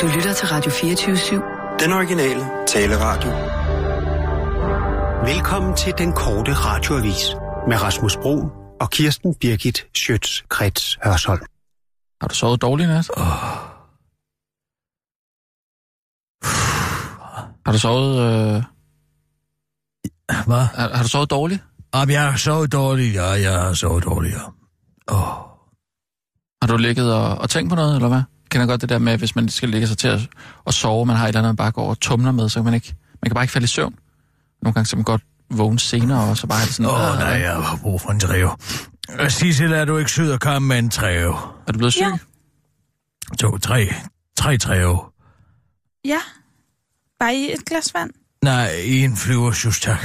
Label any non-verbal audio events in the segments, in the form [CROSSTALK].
Du lytter til Radio 24-7. Den originale taleradio. Velkommen til den korte radioavis med Rasmus Bro og Kirsten Birgit Schøtz-Krets Hørsholm. Har du sovet dårligt nat? Oh. Har du sovet... Øh... Hvad? Har, har du sovet dårligt? Om jeg har sovet dårligt? Ja, jeg har sovet dårligt, ja. Oh. Har du ligget og, og tænkt på noget, eller hvad? Jeg kender godt det der med, at hvis man skal ligge sig til at, at sove, man har et eller andet, man bare går og tumler med, så kan man ikke... Man kan bare ikke falde i søvn. Nogle gange så man godt vågne senere, og så bare er det sådan... Åh, oh, nej, jeg har brug for en træve. Sissel, er du ikke sød at komme med en træve? "Øh, Er du blevet syg? Ja. To, tre. Tre træve. Ja. Bare i et glas vand. Nej, i en flyvershus, tak.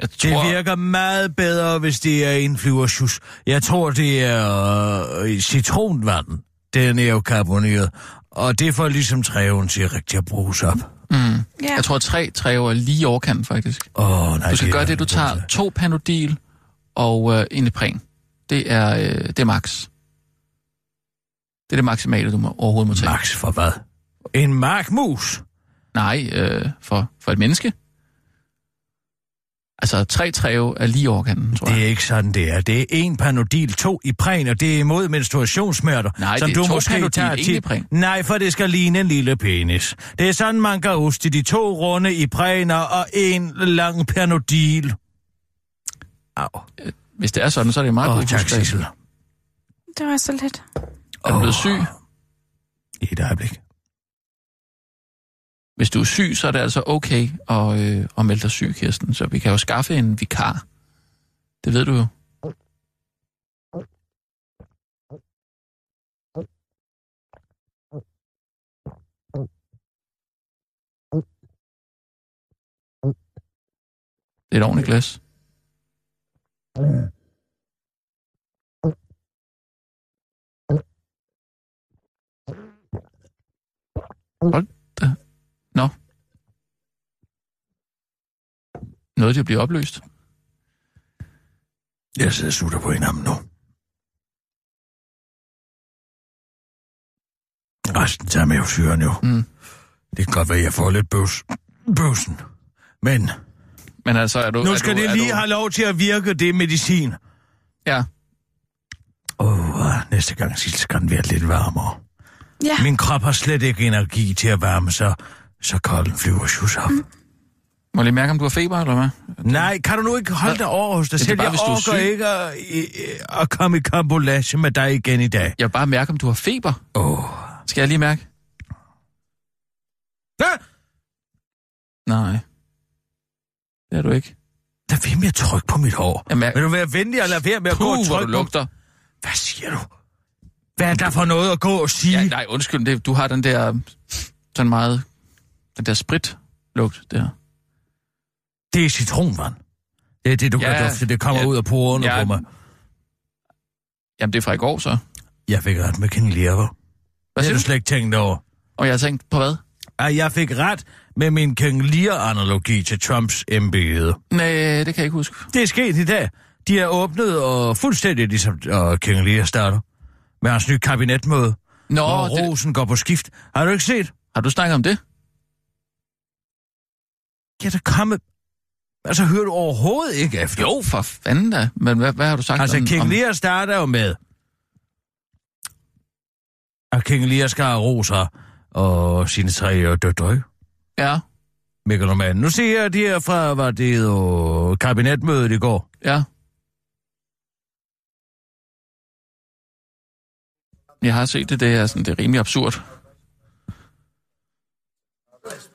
Jeg tror... Det virker meget bedre, hvis det er en flyvershus. Jeg tror, det er øh, citronvand. Den er jo karboneret. Og det får ligesom træven til rigtig at bruges op. Mm. Ja. Jeg tror, at tre træver er lige i overkanten, faktisk. Åh, oh, nej. Du skal gøre er det, du en god tager sag. to panodil og øh, en epren. Det er, øh, det er max. Det er det maksimale, du må, overhovedet må tage. Max for hvad? En markmus? Nej, øh, for, for et menneske. Altså, tre træve er lige i overkanten, tror jeg. Det er ikke sådan, det er. Det er en panodil, to i præn, og det er imod menstruationssmerter. Nej, som det er du to måske Panodil, tager en til- Ipren. Nej, for det skal ligne en lille penis. Det er sådan, man kan oste de to runde i præner og en lang panodil. Au. Hvis det er sådan, så er det en meget Åh, Ah, god oh, tak, husdal. Sissel. Det var så lidt. Er du blevet syg? I et øjeblik. Hvis du er syg, så er det altså okay at, øh, at melde dig syg, Kirsten. Så vi kan jo skaffe en vikar. Det ved du jo. Det er et ordentligt glas. Hold da. Nå. Noget, det bliver opløst. Jeg sidder og sutter på en arm nu. Resten tager med jo syren jo. Mm. Det kan godt være, jeg får lidt bøvs. Bøvsen. Men Men altså, er du... nu er skal du, det er lige du, have lov til at virke, det medicin. Ja, Åh, oh, næste gang Sissel, skal den være lidt varmere. Ja. Min krop har slet ikke energi til at varme sig, så kolden flyver sjus op. Mm. må jeg lige mærke, om du har feber, eller hvad? Nej, kan du nu ikke holde dig over hos dig Det er selv? bare, Jeg hvis du er orker syg. ikke at, øh, at komme i kambolage med dig igen i dag. Jeg vil bare mærke, om du har feber. Åh. Oh. Skal jeg lige mærke? Ah! Nej. Det er du ikke. Lad være med at trykke på mit hår. Jeg mærker- Vil du være venlig og lade være med at gå og Puh, hvor trykke du lugter. På... Hvad siger du? Hvad er der for noget at gå og sige? Ja, nej, undskyld. Det, du har den der... Sådan meget... Den der spritlugt der. Det er citronvand. Det er det, du ja, Ja, kan dufte. Det kommer ja, ud af porerne ja, ja. på mig. Jamen, det er fra i går, så. Jeg fik ret med kanelierker. Hvad Det har siger du du? slet ikke tænkt over. Og jeg har tænkt på hvad? At jeg fik ret med min kanelier-analogi til Trumps embede. Nej, det kan jeg ikke huske. Det er sket i dag. De er åbnet og fuldstændig ligesom og kanelier starter. Med hans nye kabinetmøde, Nå, hvor det, Rosen går på skift. Har du ikke set? har du snakket om det? Ja, der komme... Altså, hører du overhovedet ikke efter? Jo, for fanden da. Men hvad, hvad har du sagt Altså, om... King om... Lear starter jo med, at King Lear skal have roser og sine tre øh, døtre, ikke? Ja, Megaloman. Nu ser jeg, at de her fra, var det jo kabinetmødet i går. ja. Jeg har set det, det er, sådan, det er rimelig absurd.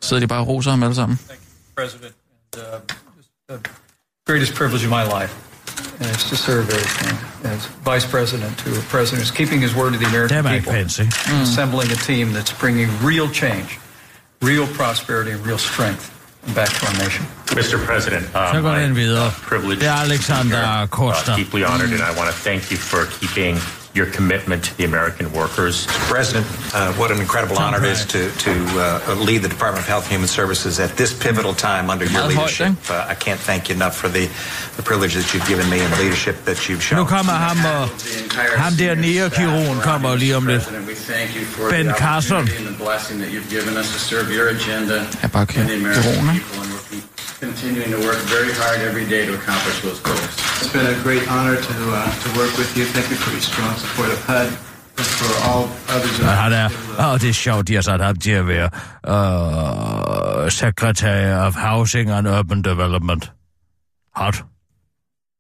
Sidder de bare og roser ham alle sammen? president. And, uh, just the greatest privilege of my life and it's to serve as, as vice president to a president who's keeping his word to the Det er American Mike people, Pence, ikke? and assembling a team that's bringing real change, real prosperity, and real strength back to our nation. Mr. President, um, Så går den I'm videre. privileged Det er to be Alexander here, uh, Koster. deeply honored, and I want to thank you for keeping your commitment to the American workers. President, uh, what an incredible honor it is to, to uh, lead the Department of Health and Human Services at this pivotal time under your Meget højt, leadership. Uh, I can't thank you enough for the, the privilege that you've given me and the leadership that you've shown. Nu kommer ham, og ham der nære kirurgen kommer lige om lidt. Ben Carson. Ja, bare okay. Corona. Continuing to work very hard every day to accomplish those goals. It's been a great honor to uh, to work with you. Thank you for your strong support of HUD and for all others. in Og our han er, civil, uh, og det er sjovt, de har sat ham til at være øh, sekretær of Housing and Urban Development. Hot.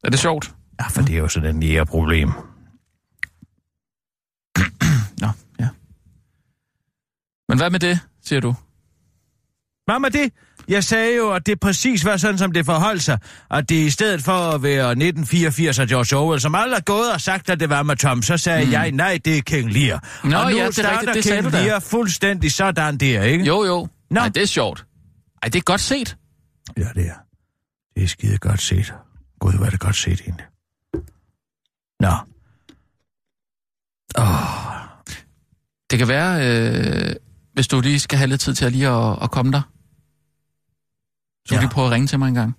Er det sjovt? Ja, for det er jo sådan en nære problem. Nå, ja. Men hvad med det, siger du? Hvad med det? Jeg sagde jo, at det præcis var sådan, som det forholdt sig. At det i stedet for at være 1984 og George Orwell, som alle har gået og sagt, at det var med Trump, så sagde mm. jeg, nej, det er King Lear. Nå, og nu ja, det er rigtigt, starter det sagde King du da. Lear fuldstændig sådan der, ikke? Jo, jo. Nå. Nej, det er sjovt. Ej, det er godt set. Ja, det er. Det er skide godt set. Gud, hvor er det godt set egentlig. Nå. Det kan være, øh, hvis du lige skal have lidt tid til at lige at, at komme der. Så ja. Ja. kan du prøve at ringe til mig en gang.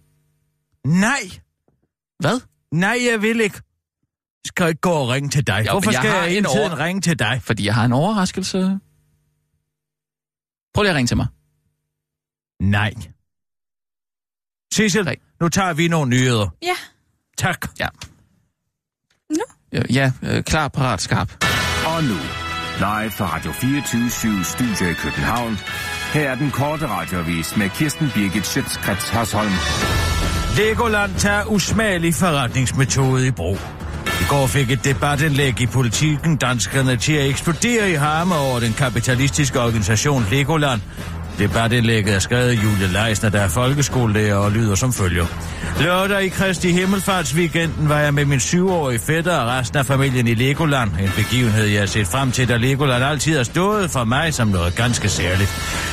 Nej, Hvad? nej, jeg vil ikke. Jeg skal ikke gå og ringe til dig. men Jo, Hvorfor jeg skal har jeg en hele tiden over- ringe til dig? Fordi jeg har en overraskelse. Prøv lige at ringe til mig. Nej. Cecil, Nej. nu tager vi nogle nyheder. Ja. Tak. Ja. Nu? Øh, Ja, øh, klar, parat, skarp. Og nu, live fra Radio 24 Studio i København. Her er den korte radiovis med Kirsten Birgit Schøtzgrads Hasholm. Legoland tager usmagelig forretningsmetode i brug. I går fik et debatindlæg i politikken danskerne til at eksplodere i harme over den kapitalistiske organisation Legoland. Debatindlægget er skrevet af Julie Leisner, der er folkeskolelærer og lyder som følger. Lørdag i Kristi Himmelfartsweekenden var jeg med min syvårige fætter og resten af familien i Legoland. En begivenhed, jeg har set frem til, da Legoland altid har stået for mig som noget ganske særligt.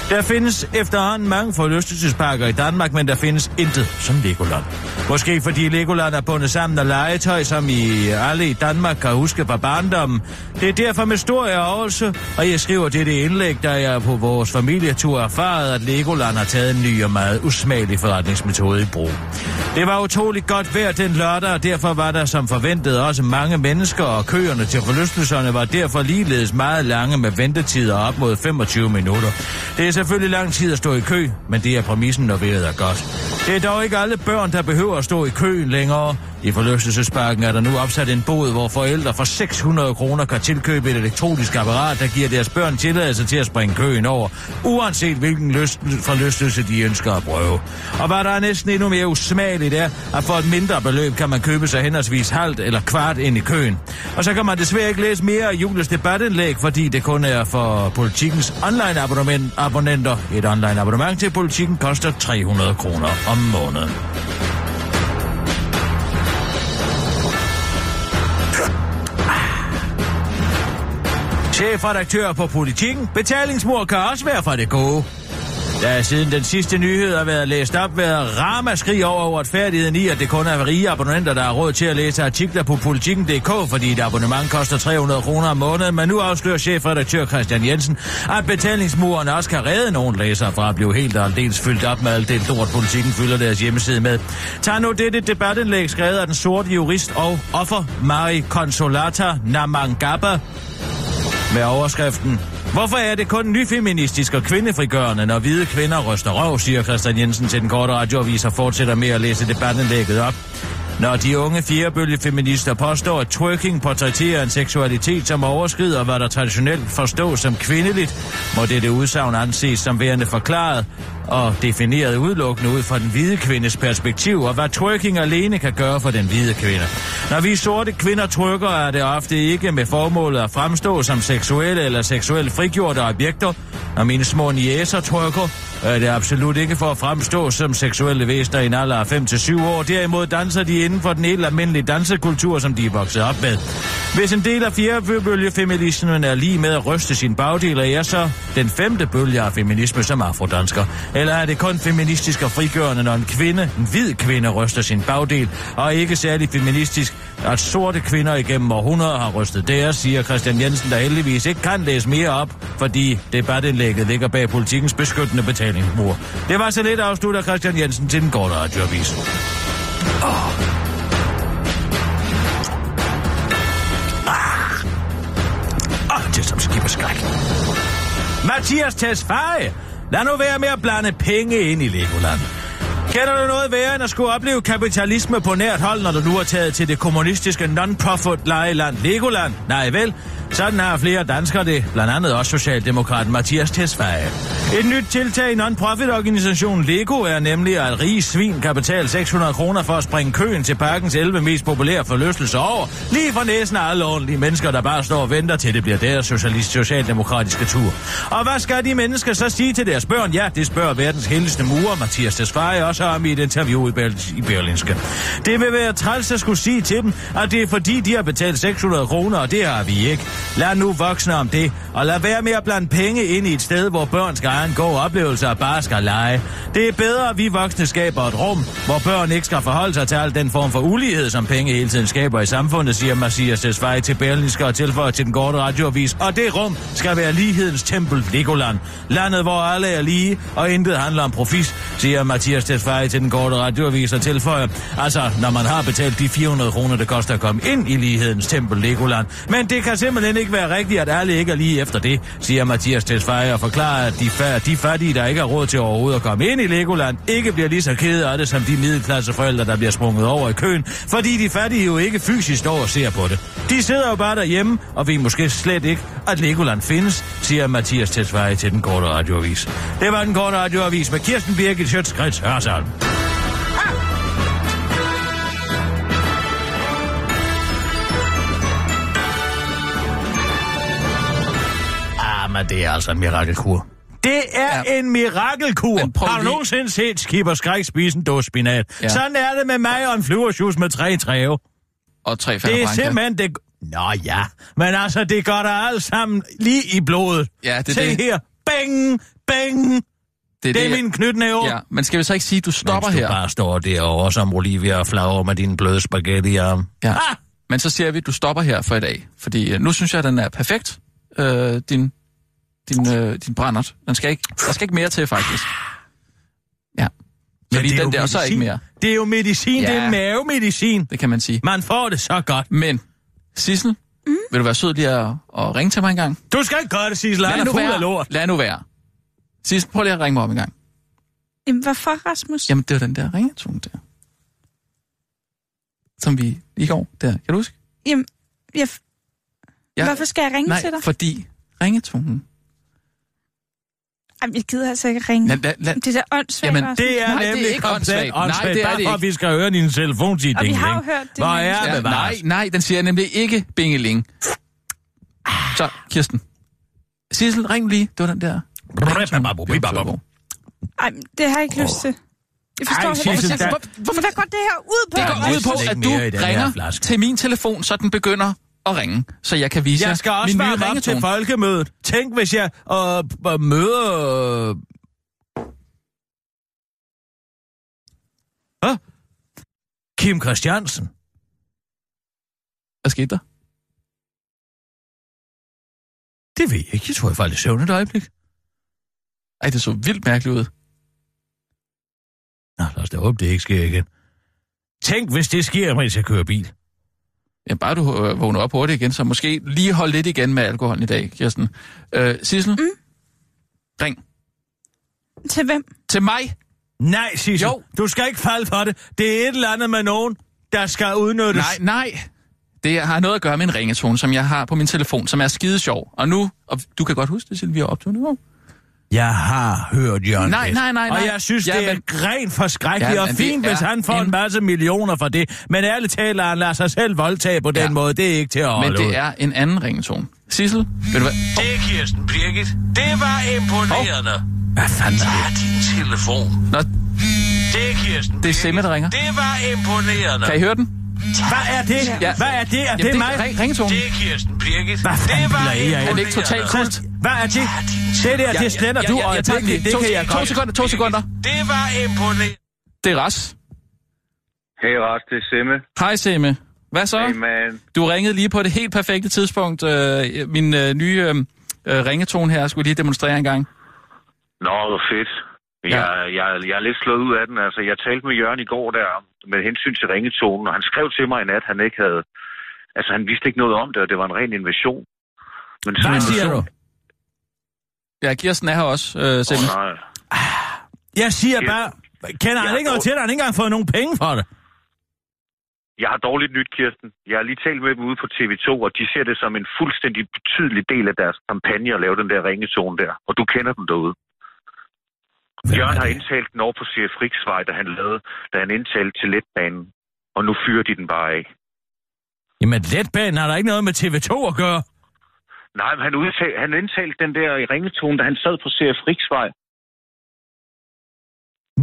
Der findes efterhånden mange forlystelsesparker i Danmark, men der findes intet som Legoland. Måske fordi Legoland er bundet sammen af legetøj, som I alle i Danmark kan huske fra barndommen. Det er derfor med stor ærgelse, og jeg skriver dette indlæg, da jeg på vores familietur erfarede, at Legoland har taget en ny og meget usmagelig forretningsmetode i brug. Det var utroligt godt vejr den lørdag, og derfor var der som forventet også mange mennesker, og køerne til forlystelserne var derfor ligeledes meget lange med ventetider op mod 25 minutter. Det er selvfølgelig lang tid at stå i kø, men det er præmissen, når vejret er godt. Det er dog ikke alle børn, der behøver at stå i kø længere. I forlystelsesparken er der nu opsat en bod, hvor forældre for 600 kroner kan tilkøbe et elektronisk apparat, der giver deres børn tilladelse til at springe køen over, uanset hvilken lyst, forlystelse de ønsker at prøve. Og hvad der er næsten endnu mere usmageligt er, at for et mindre beløb kan man købe sig henholdsvis halvt eller kvart ind i køen. Og så kan man desværre ikke læse mere af Julius debatindlæg, fordi det kun er for politikens online abonnement, abonnenter. Et online abonnement til politikken koster 300 kroner om måneden. Chefredaktør på Politiken. Betalingsmur kan også være fra det gode. Der er siden den sidste nyhed har været læst op, været ramaskrig over uretfærdigheden i, at det kun er rige abonnenter, der har råd til at læse artikler på politikken.dk, fordi et abonnement koster 300 kroner om måneden, men nu afslører chefredaktør Christian Jensen, at betalingsmuren også kan redde nogle læsere fra at blive helt og aldeles fyldt op med alt det lort, politikken fylder deres hjemmeside med. Tag nu dette debatindlæg skrevet af den sorte jurist og offer Mari Consolata Namangaba, med overskriften Hvorfor er det kun nyfeministisk og kvindefrigørende, når hvide kvinder ryster røv, siger Christian Jensen til den korte radioavis og fortsætter med at læse debatindlægget op. Når de unge fjerdebølgefeminister påstår, at twerking portrætterer en seksualitet, som overskrider, hvad der traditionelt forstås som kvindeligt, må dette udsagn anses som værende forklaret og defineret udelukkende ud fra den hvide kvindes perspektiv, og hvad twerking alene kan gøre for den hvide kvinde. Når vi sorte kvinder trykker, er det ofte ikke med formålet at fremstå som seksuelle eller seksuelt frigjorte objekter. Når mine små niæser trykker, er det absolut ikke for at fremstå som seksuelle væsener i en alder af 5-7 år. Derimod danser de inden for den helt almindelige dansekultur, som de er vokset op med. Hvis en del af fjerde bølge feminismen er lige med at ryste sin bagdel, er jeg så den femte bølge af feminisme som afrodansker? Eller er det kun feministisk og frigørende, når en kvinde, en hvid kvinde, ryster sin bagdel, og ikke særlig feministisk, at sorte kvinder igennem århundreder har rystet deres, siger Christian Jensen, der heldigvis ikke kan læse mere op, fordi debatindlægget ligger bag politikens beskyttende betalingsmur. Det var så lidt afslutter Christian Jensen til den korte radioavis. Åh, det er som skib og skræk. Mathias Tesfaye, lad nu være med at blande penge ind i Legoland. Kender du noget værre end at skulle opleve kapitalisme på nært hold, når du nu er taget til det kommunistiske non-profit lejeland Legoland? Nej vel, sådan har flere danskere det, blandt andet også socialdemokraten Mathias Tesfaye. Et nyt tiltag i non-profit-organisationen Lego er nemlig, at rige svin kan betale 600 kroner for at springe køen til parkens 11 mest populære forlystelser over, lige for næsen af alle ordentlige mennesker, der bare står og venter til det bliver deres socialist socialdemokratiske tur. Og hvad skal de mennesker så sige til deres børn? Ja, det spørger verdens heldigste murer, Mathias Tesfaye, også om i et interview i, Berl- i Berlinske. Det vil være træls at skulle sige til dem, at det er fordi, de har betalt 600 kroner, og det har vi ikke. Lad nu voksne om det, og lad være med at blande penge ind i et sted, hvor børn skal have en god oplevelse og bare skal lege. Det er bedre, at vi voksne skaber et rum, hvor børn ikke skal forholde sig til al den form for ulighed, som penge hele tiden skaber i samfundet, siger Mathias Tesfaye til Berlinske og tilføjer til den korte radioavis. Og det rum skal være lighedens tempel, Legoland. Landet, hvor alle er lige, og intet handler om profit, siger Mathias Tesfaye til den korte radioavis og tilføjer. Altså, når man har betalt de 400 kroner, det koster at komme ind i lighedens tempel, Legoland. Men det kan simpelthen ikke være rigtigt, at alle ikke er lige efter det, siger Mathias Tesfaye og forklarer, at de, fa- de fattige, der ikke har råd til overhovedet at komme ind i Legoland, ikke bliver lige så kede af det som de middelklasseforældre, der bliver sprunget over i køen, fordi de fattige jo ikke fysisk står og ser på det. De sidder jo bare derhjemme og ved måske slet ikke, at Legoland findes, siger Mathias Tesfaye til den korte radioavis. Det var den korte radioavis med Kirsten Birgit Sjøtskrets Hørsholm. Ah, men det er altså en mirakelkur. Det er ja. en mirakelkur. Men prøv Har du lige- nogensinde set Skipper Skræk spise en dåse spinat? Ja. Ja. Sådan er det med mig og en flyversjus med tre træve. Og tre Det er Fernet Branca. simpelthen det... Nå ja, men altså, det går der alt sammen lige i blodet. Ja, det er Se det. her. Bang, bang. Det, det er min knytnæve. Ja, men skal vi så ikke sige, at du stopper Mens du her? bare står derovre som Olivia og flager med din bløde spaghetti arm. Ja. Men så siger vi, at du stopper her for i dag. Fordi øh, nu synes jeg, at den er perfekt, øh, din, din, øh, din brændert. Den skal ikke, der skal ikke mere til, faktisk. Ja. Så lige den der, og så ikke mere. Det er jo medicin, ja. det Ja. er mavemedicin. Det kan man sige. Man får det så godt. Men, Sissel, mm? vil du være sød lige at, at ringe til mig en gang? Du skal ikke gøre det, Sissel. Han er fuld af lort. Lad nu være. Sissel, prøv lige at ringe mig op en gang. Jamen, hvorfor, Rasmus? Jamen, det var den der ringetone der. Som vi i går, der. Kan du huske? Jamen, jeg... Ja. Hvorfor skal jeg ringe Nej, til dig? fordi ringetonen. Jamen, jeg gider altså ikke ringe. Lad, lad, lad, Det er da åndssvagt, Jamen, Rasmus. Det er Nej, det er nemlig ikke åndssvagt. Nej, åndssvagt. det er Bare det for, at ikke. vi skal høre din telefon sige Og vi ding, har jo ding. hørt det. Hvor men- er det, nej, nej, den siger nemlig ikke bingeling. Så, Kirsten. Sissel, ring lige. Det var den der. Hvorfor Ej, men det har jeg ikke lyst til. Jeg forstår Ej, heller ikke, Sissel, hvorfor- der- hvorfor der går det her ud på? Det går ud næsten på, ikke at du mere i den her ringer flaske. til min telefon, så den begynder at ringe, så jeg kan vise jer Jeg skal min også nye være op til ringetone. folkemødet. Tænk, hvis jeg øh, b- møder... øh, Hå? Kim Christiansen. Hvad skete der? Det ved jeg ikke. Jeg tror, jeg faldt i søvn et øjeblik. Ej, det så vildt mærkeligt ud. Nå, lad os da håbe, det ikke sker igen. Tænk, hvis det sker, mens jeg kører bil. Ja, bare du øh, vågner op hurtigt igen, så måske lige hold lidt igen med alkoholen i dag, Kirsten. Øh, Sissel, mm. ring Til hvem? til mig. Nej, Sissel. Jo. Du skal ikke falde for det. Det er et eller andet med nogen, der skal udnyttes. Nej, nej. Det har noget at gøre med en ringetone, som jeg har på min telefon, som er skide sjov. Og nu, og du kan godt huske det, Sissel, vi har optaget nu. Jeg har hørt Jørgen Nej, Leth. nej, nej, nej. Og jeg synes, Ja, det er men- rent forskrækkeligt Ja, ja, og men det fint, hvis er han får en... en masse millioner for det. Men ærligt talt, han lader sig selv voldtage på den Ja. måde. Det er ikke til at holde Men ud. det er en anden ringetone. Sissel, ved du hvad? Det er Kirsten Birgit. Det var imponerende. Oh. Hvad fanden er det? din telefon. Nå, Det er Kirsten Det er Simme, der ringer. Det var imponerende. Kan I høre den? Hvad er det? Ja. Hvad er det? Er Jamen, det det mig? er ring- ringetonen. Det er Kirsten Birgit. Hvad det var er det imponerende. ikke totalt kult? Hvad er det? Det der, det slænder du, og jeg tager den lige. det To, kan jeg to godt. sekunder, to sekunder. Det var imponerende. Det er Ras. Hey, Ras, det er Simme. Hej Semme. Hvad så? Hey, man. Du ringede lige på det helt perfekte tidspunkt. Øh, min øh, nye øh, øh, ringetone her skulle jeg lige demonstrere en gang. Nå, hvor fedt. Jeg, jeg, jeg er lidt slået ud af den. Altså, jeg talte med Jørgen i går der med hensyn til ringetonen, og han skrev til mig i nat, han ikke havde... Altså, han vidste ikke noget om det, og det var en ren invasion. Men Hvad sådan- siger du? Ja, Kirsten er her også, øh, Semme. Åh, nej. Jeg siger bare, kender han Jeg ikke noget går- til, dig? han har ikke engang fået nogen penge for det. Jeg har dårligt nyt, Kirsten. Jeg har lige talt med dem ude på TV2, og de ser det som en fuldstændig betydelig del af deres kampagne at lave den der ringetone der. Og du kender dem derude. Jørgen har indtalt den over på CF Riksvej, da han, lavede, da han indtalte til letbanen. Og nu fyrer de den bare af. Jamen, letbanen har der ikke noget med TV2 at gøre. Nej, men han, udtal, han indtalte den der i ringetone, da han sad på CF Riksvej.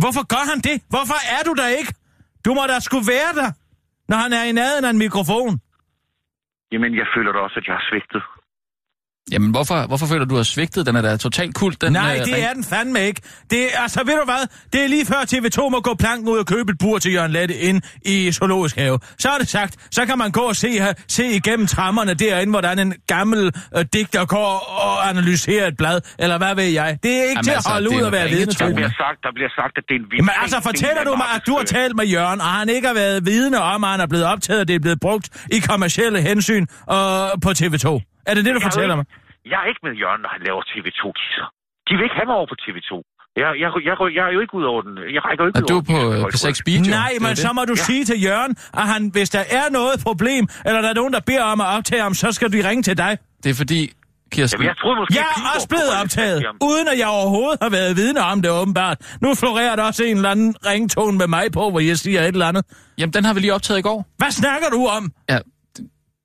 Hvorfor gør han det? Hvorfor er du der ikke? Du må da skulle være der, når han er i nærheden af en mikrofon. Jamen, jeg føler da også, at jeg har svigtet. Jamen, hvorfor, hvorfor føler du, at svigtet? Den er da totalt kult, den Nej, øh, det ring- er den fandme ikke. Det er, altså, ved du hvad? Det er lige før TV2 må gå planken ud og købe et bur til Jørgen Lette ind i Zoologisk Have. Så er det sagt, så kan man gå og se, her, se igennem trammerne derinde, hvordan en gammel øh, digter går og analyserer et blad, eller hvad ved jeg. Det er ikke Jamen, til at altså, holde det er ud en og være vidne Der til. bliver, sagt, der bliver sagt, at det er en vild Men altså, fortæller du mig, at øh, du har talt med Jørgen, og han ikke har været vidne om, at han er blevet optaget, og det er blevet brugt i kommersielle hensyn og på TV2? Er det det, du Jeg er jo fortæller mig? ikke- Jeg er ikke med Jørgen, når han laver TV2-kisser. De vil ikke have mig over på TV2. Jeg, jeg, jeg, jeg er jo ikke ud over den. Jeg rækker jo ikke Er ud du over den. på, øh, på sex Beat, jo? Nej, Det er men det. så må du Ja. sige til Jørgen, at han, hvis der er noget problem, eller der er nogen, der beder om at optage ham, så skal du ringe til dig. Det er fordi, Kirsten... Jamen, jeg troede måske... Jeg Pilgaard er også blevet kunne holde optaget, fast i ham. uden at jeg overhovedet har været vidne om det åbenbart. Nu florerer der også en eller anden ringtone med mig på, hvor jeg siger et eller andet. Jamen, den har vi lige optaget i går. Hvad snakker du om? Ja,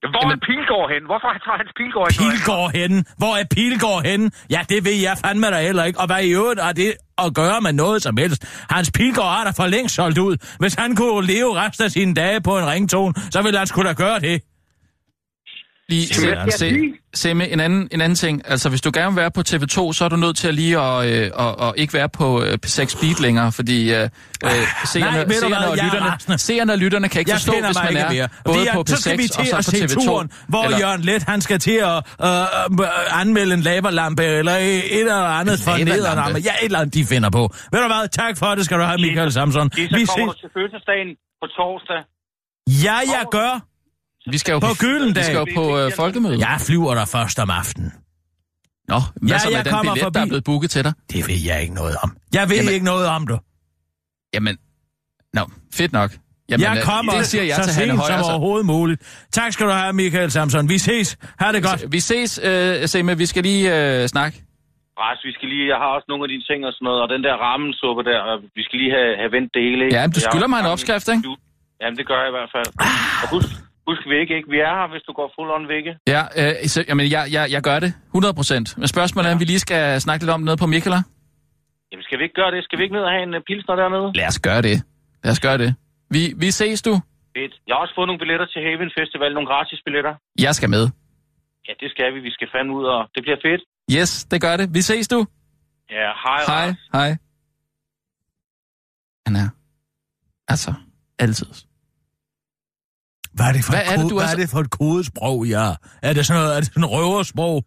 Hvor er Jamen- Pilgaard hen? Hvorfor tager hans Pilgaard ikke? Pilgaard henne? Hvor er Pilgaard henne? Ja, det ved jeg fandme da heller ikke. Og hvad i øvrigt har det at gøre med noget som helst? Hans Pilgaard har da for længst solgt ud. Hvis han kunne leve resten af sine dage på en ringtone, så ville han skulle da gøre det. lige Jamen, se, jeg skal se, se med en anden, en anden ting. Altså, hvis du gerne vil være på TV2, så er du nødt til at lige at, øh, og, og ikke være på øh, P6 Speed længere, fordi øh, øh, seerne, Ah, ved du hvad? seerne, og Jeg er lytterne, rasende. seerne og lytterne kan ikke Jeg forstå, finder hvis mig man ikke er mere. både Fordi på at- så skal vi P6 til og at så på se TV2. turen, hvor Eller- eller... Jørgen Let, han skal til at øh, øh, anmelde en laberlampe, eller et eller andet for Laberlampe? nederlampe. Ja, et eller andet, de finder på. Ved du hvad? Tak for det, skal du have, Michael Samson. Lige så Vi kommer ses. du til fødselsdagen på torsdag. Ja, jeg gør. Vi skal jo På Gyldendal. Vi skal jo på øh, folkemødet. Jeg flyver der først om aftenen. Nå, hvad Ja, så med jeg den kommer billet, der er forbi. blevet booket til dig? Det ved jeg ikke noget om. Jeg ved Jamen- ikke noget om det. Jamen, nå, fedt nok. Jamen, Jamen, jeg øh, kommer det siger jeg så til sent Hanne som Højer, så. overhovedet muligt. Tak skal du have, Michael Samson. Vi ses. Ha' det godt. Vi ses, øh, Semme. Vi skal lige øh, snakke. Ras, vi skal lige, jeg har også nogle af dine ting og sådan noget, og den der rammensuppe der, og vi skal lige have, have vendt det hele. ikke? Ja, men du Jeg- skylder mig en opskrift, ikke? Du- Jamen, det gør jeg i hvert fald. Og husk, husk vi ikke, ikke? Vi er her, hvis du går full on vække. Ja, øh, så, jamen, jeg, jeg, jeg gør det. 100 procent. Men spørgsmålet er, om vi lige skal snakke lidt om nede på Mikkeler. Jamen, skal vi ikke gøre det? Skal vi ikke ned og have en øh, pilsner dernede? Lad os gøre det. Lad os gøre det. Vi, vi ses, du. Fedt. Jeg har også fået nogle billetter til Haven Festival, nogle gratis billetter. Jeg skal med. Ja, det skal vi. Vi skal fandme ud, og det bliver fedt. Yes, det gør det. Vi ses, du. Ja, hej. Hej, hej. Han er altså altid. Hvad er det for, Altså, Hvad et, er det, kode, du er hvad så- er det for et kodesprog, ja? Er det sådan, noget, er det sådan et røversprog?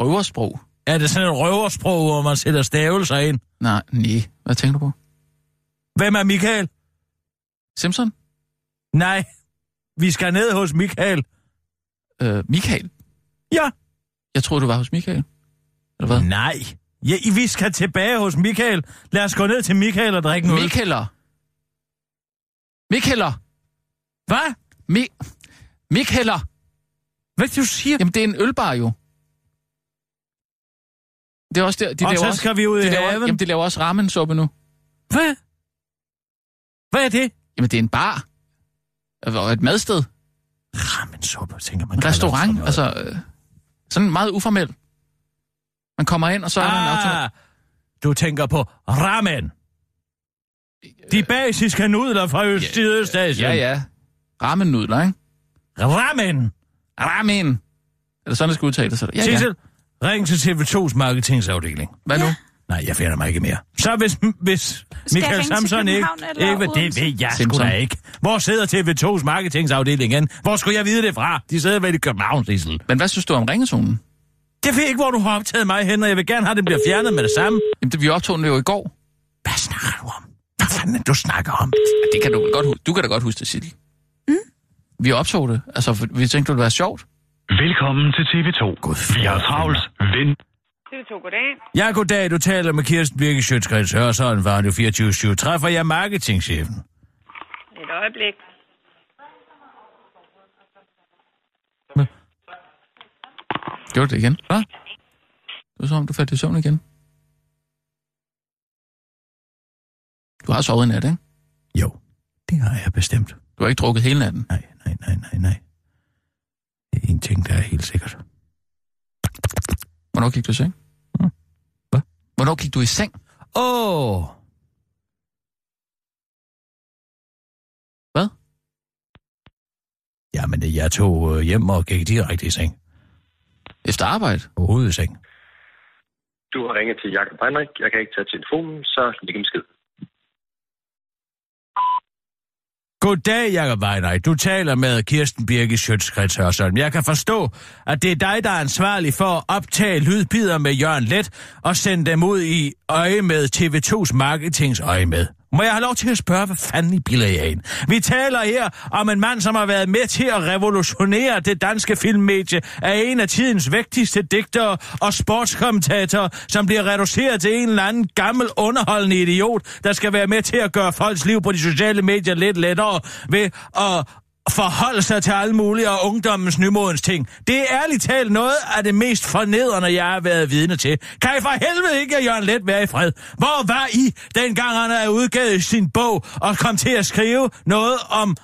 Røversprog? Er det sådan et røversprog, hvor man sætter stavelser ind? Nej, nej. Hvad tænker du på? Hvem er Michael? Simpson? Nej, vi skal ned hos Michael. Øh, Michael? Ja. Jeg troede, du var hos Michael. Eller hvad? Nej. Ja, I- vi skal tilbage hos Michael. Lad os gå ned til Michael og drikke noget. Mikkeler. Mikkeler. Hvad? Mi Mikkeler. Hvad er det, du siger? Jamen, det er en ølbar jo. Det er også der, de Og laver så også, skal vi ud de i laver, haven. Jamen, de laver også ramensuppe nu. Hvad? Hvad er det? Jamen, det er en bar. Og et madsted. Ramensuppe, tænker man. En kalder det sådan restaurant. noget. Altså, øh, sådan meget uformel. Man kommer ind, og så er der en automat. Ah, du tænker på ramen. De basiske nudler fra Øst- Østasien. Ja, ja. Ramen-nudler, ikke? Ramen! Ramen! Er det sådan, det skal udtales? Ja, ja. Sissel, ring til TV2's marketingsafdeling. Hvad nu? Nej, jeg finder mig ikke mere. Så hvis, hvis jeg Michael ringe til Samson ikke... København eller ikke det Odense? ved jeg sgu Simpson. da ikke. Hvor sidder TV2's marketingsafdeling igen? Hvor skulle jeg vide det fra? De sidder vel i København, Sissel. Men hvad synes du om ringezonen? Det ved jeg ikke, hvor du har optaget mig hen, og jeg vil gerne have, at det bliver fjernet med det samme. Jamen, det, vi optog den jo i går. Hvad snakker du om? Hvad fanden er det, du snakker om? Ja, det kan du vel godt huske. Du kan da godt huske det, Sissel. Mm. Vi optog det. Altså, for- vi tænkte, det ville være sjovt. Velkommen til TV2. Vi har travlt. Vent. TV2, goddag. Ja, goddag. Du taler med Kirsten Birke Sjøtskreds Hørsholm fra Radio 24 Træffer jeg marketingchefen? Et øjeblik. Gjorde du det igen? Hvad? Det var som om, du faldt i søvn igen. Du har sovet i nat, ikke? Jo, det har jeg bestemt. Du har ikke drukket hele natten. Nej, nej, nej, nej, nej. Det er en ting, der er helt sikkert. Hvornår gik du i seng? Mm. Hvad? Hvornår gik du i seng? Åh! Oh. Hvad? Jamen, øh, jeg tog øh, hjem og gik direkte i seng. Efter arbejde? Overhovedet i seng. Du har ringet til Jakob Henrik. Jeg kan ikke tage telefonen, så læg en besked. Goddag, Jacob Weinreich. Du taler med Kirsten Birke Sjøtskrets Hørsholm. Jeg kan forstå, at det er dig, der er ansvarlig for at optage lydbider med Jørgen Let og sende dem ud i øje med TV2's marketings øje med. Må jeg have lov til at spørge, hvad fanden I bilder jer ind? Vi taler her om en mand, som har været med til at revolutionere det danske filmmedie, er en af tidens vigtigste digtere og sportskommentatorer, som bliver reduceret til en eller anden gammel underholdende idiot, der skal være med til at gøre folks liv på de sociale medier lidt lettere ved at forholde sig til alle mulige og ungdommens nymodens ting. Det er ærligt talt noget af det mest fornedrende, jeg har været vidne til. Kan I for helvede ikke, at Jørgen Let være i fred? Hvor var I, dengang han havde udgivet sin bog og kom til at skrive noget om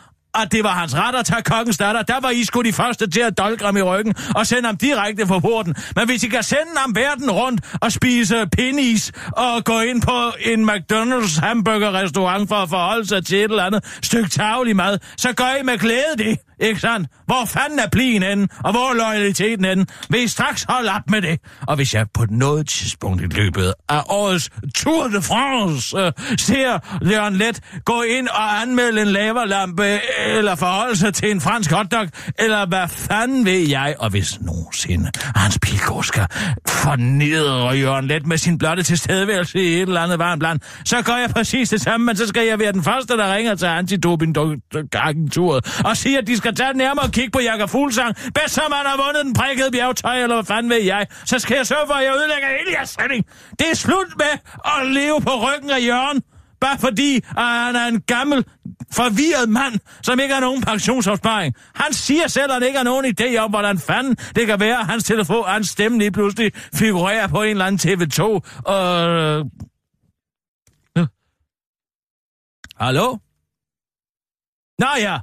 at det var hans ret at tage kokkens datter, der var I sgu de første til at dolke ham i ryggen og sende ham direkte fra porten. Men hvis I kan sende ham verden rundt og spise pinnis og gå ind på en McDonald's hamburgerrestaurant for at forholde sig til et eller andet stykke tavlig mad, så gør I med glæde det, ikke sandt? Hvor fanden er plien henne, og hvor er lojaliteten henne? Vil I straks holde op med det? Og hvis jeg på noget tidspunkt i løbet af årets Tour de France øh, ser Leon Let gå ind og anmelde en laverlampe, eller forholde sig til en fransk hotdog, eller hvad fanden ved jeg? Og hvis nogensinde Hans Pilgaard skal fornedre Jørgen Let med sin blotte tilstedeværelse i et eller andet varmt land, så gør jeg præcis det samme, men så skal jeg være den første, der ringer til antidopingagenturet og siger, at de skal tage nærmere og kigge på Jakob Fuglsang. Bedst som han har vundet den prikkede bjergtøj, eller hvad fanden ved jeg, så skal jeg sørge for, at jeg ødelægger hele jeres sending. Det er slut med at leve på ryggen af Jørgen bare fordi at han er en gammel, forvirret mand, som ikke har nogen pensionsopsparing. Han siger selv, at han ikke har nogen idé om, hvordan fanden det kan være, at hans telefon, hans stemme lige pludselig figurerer på en eller anden TV2. Og... Øh. Hallo? Nå ja,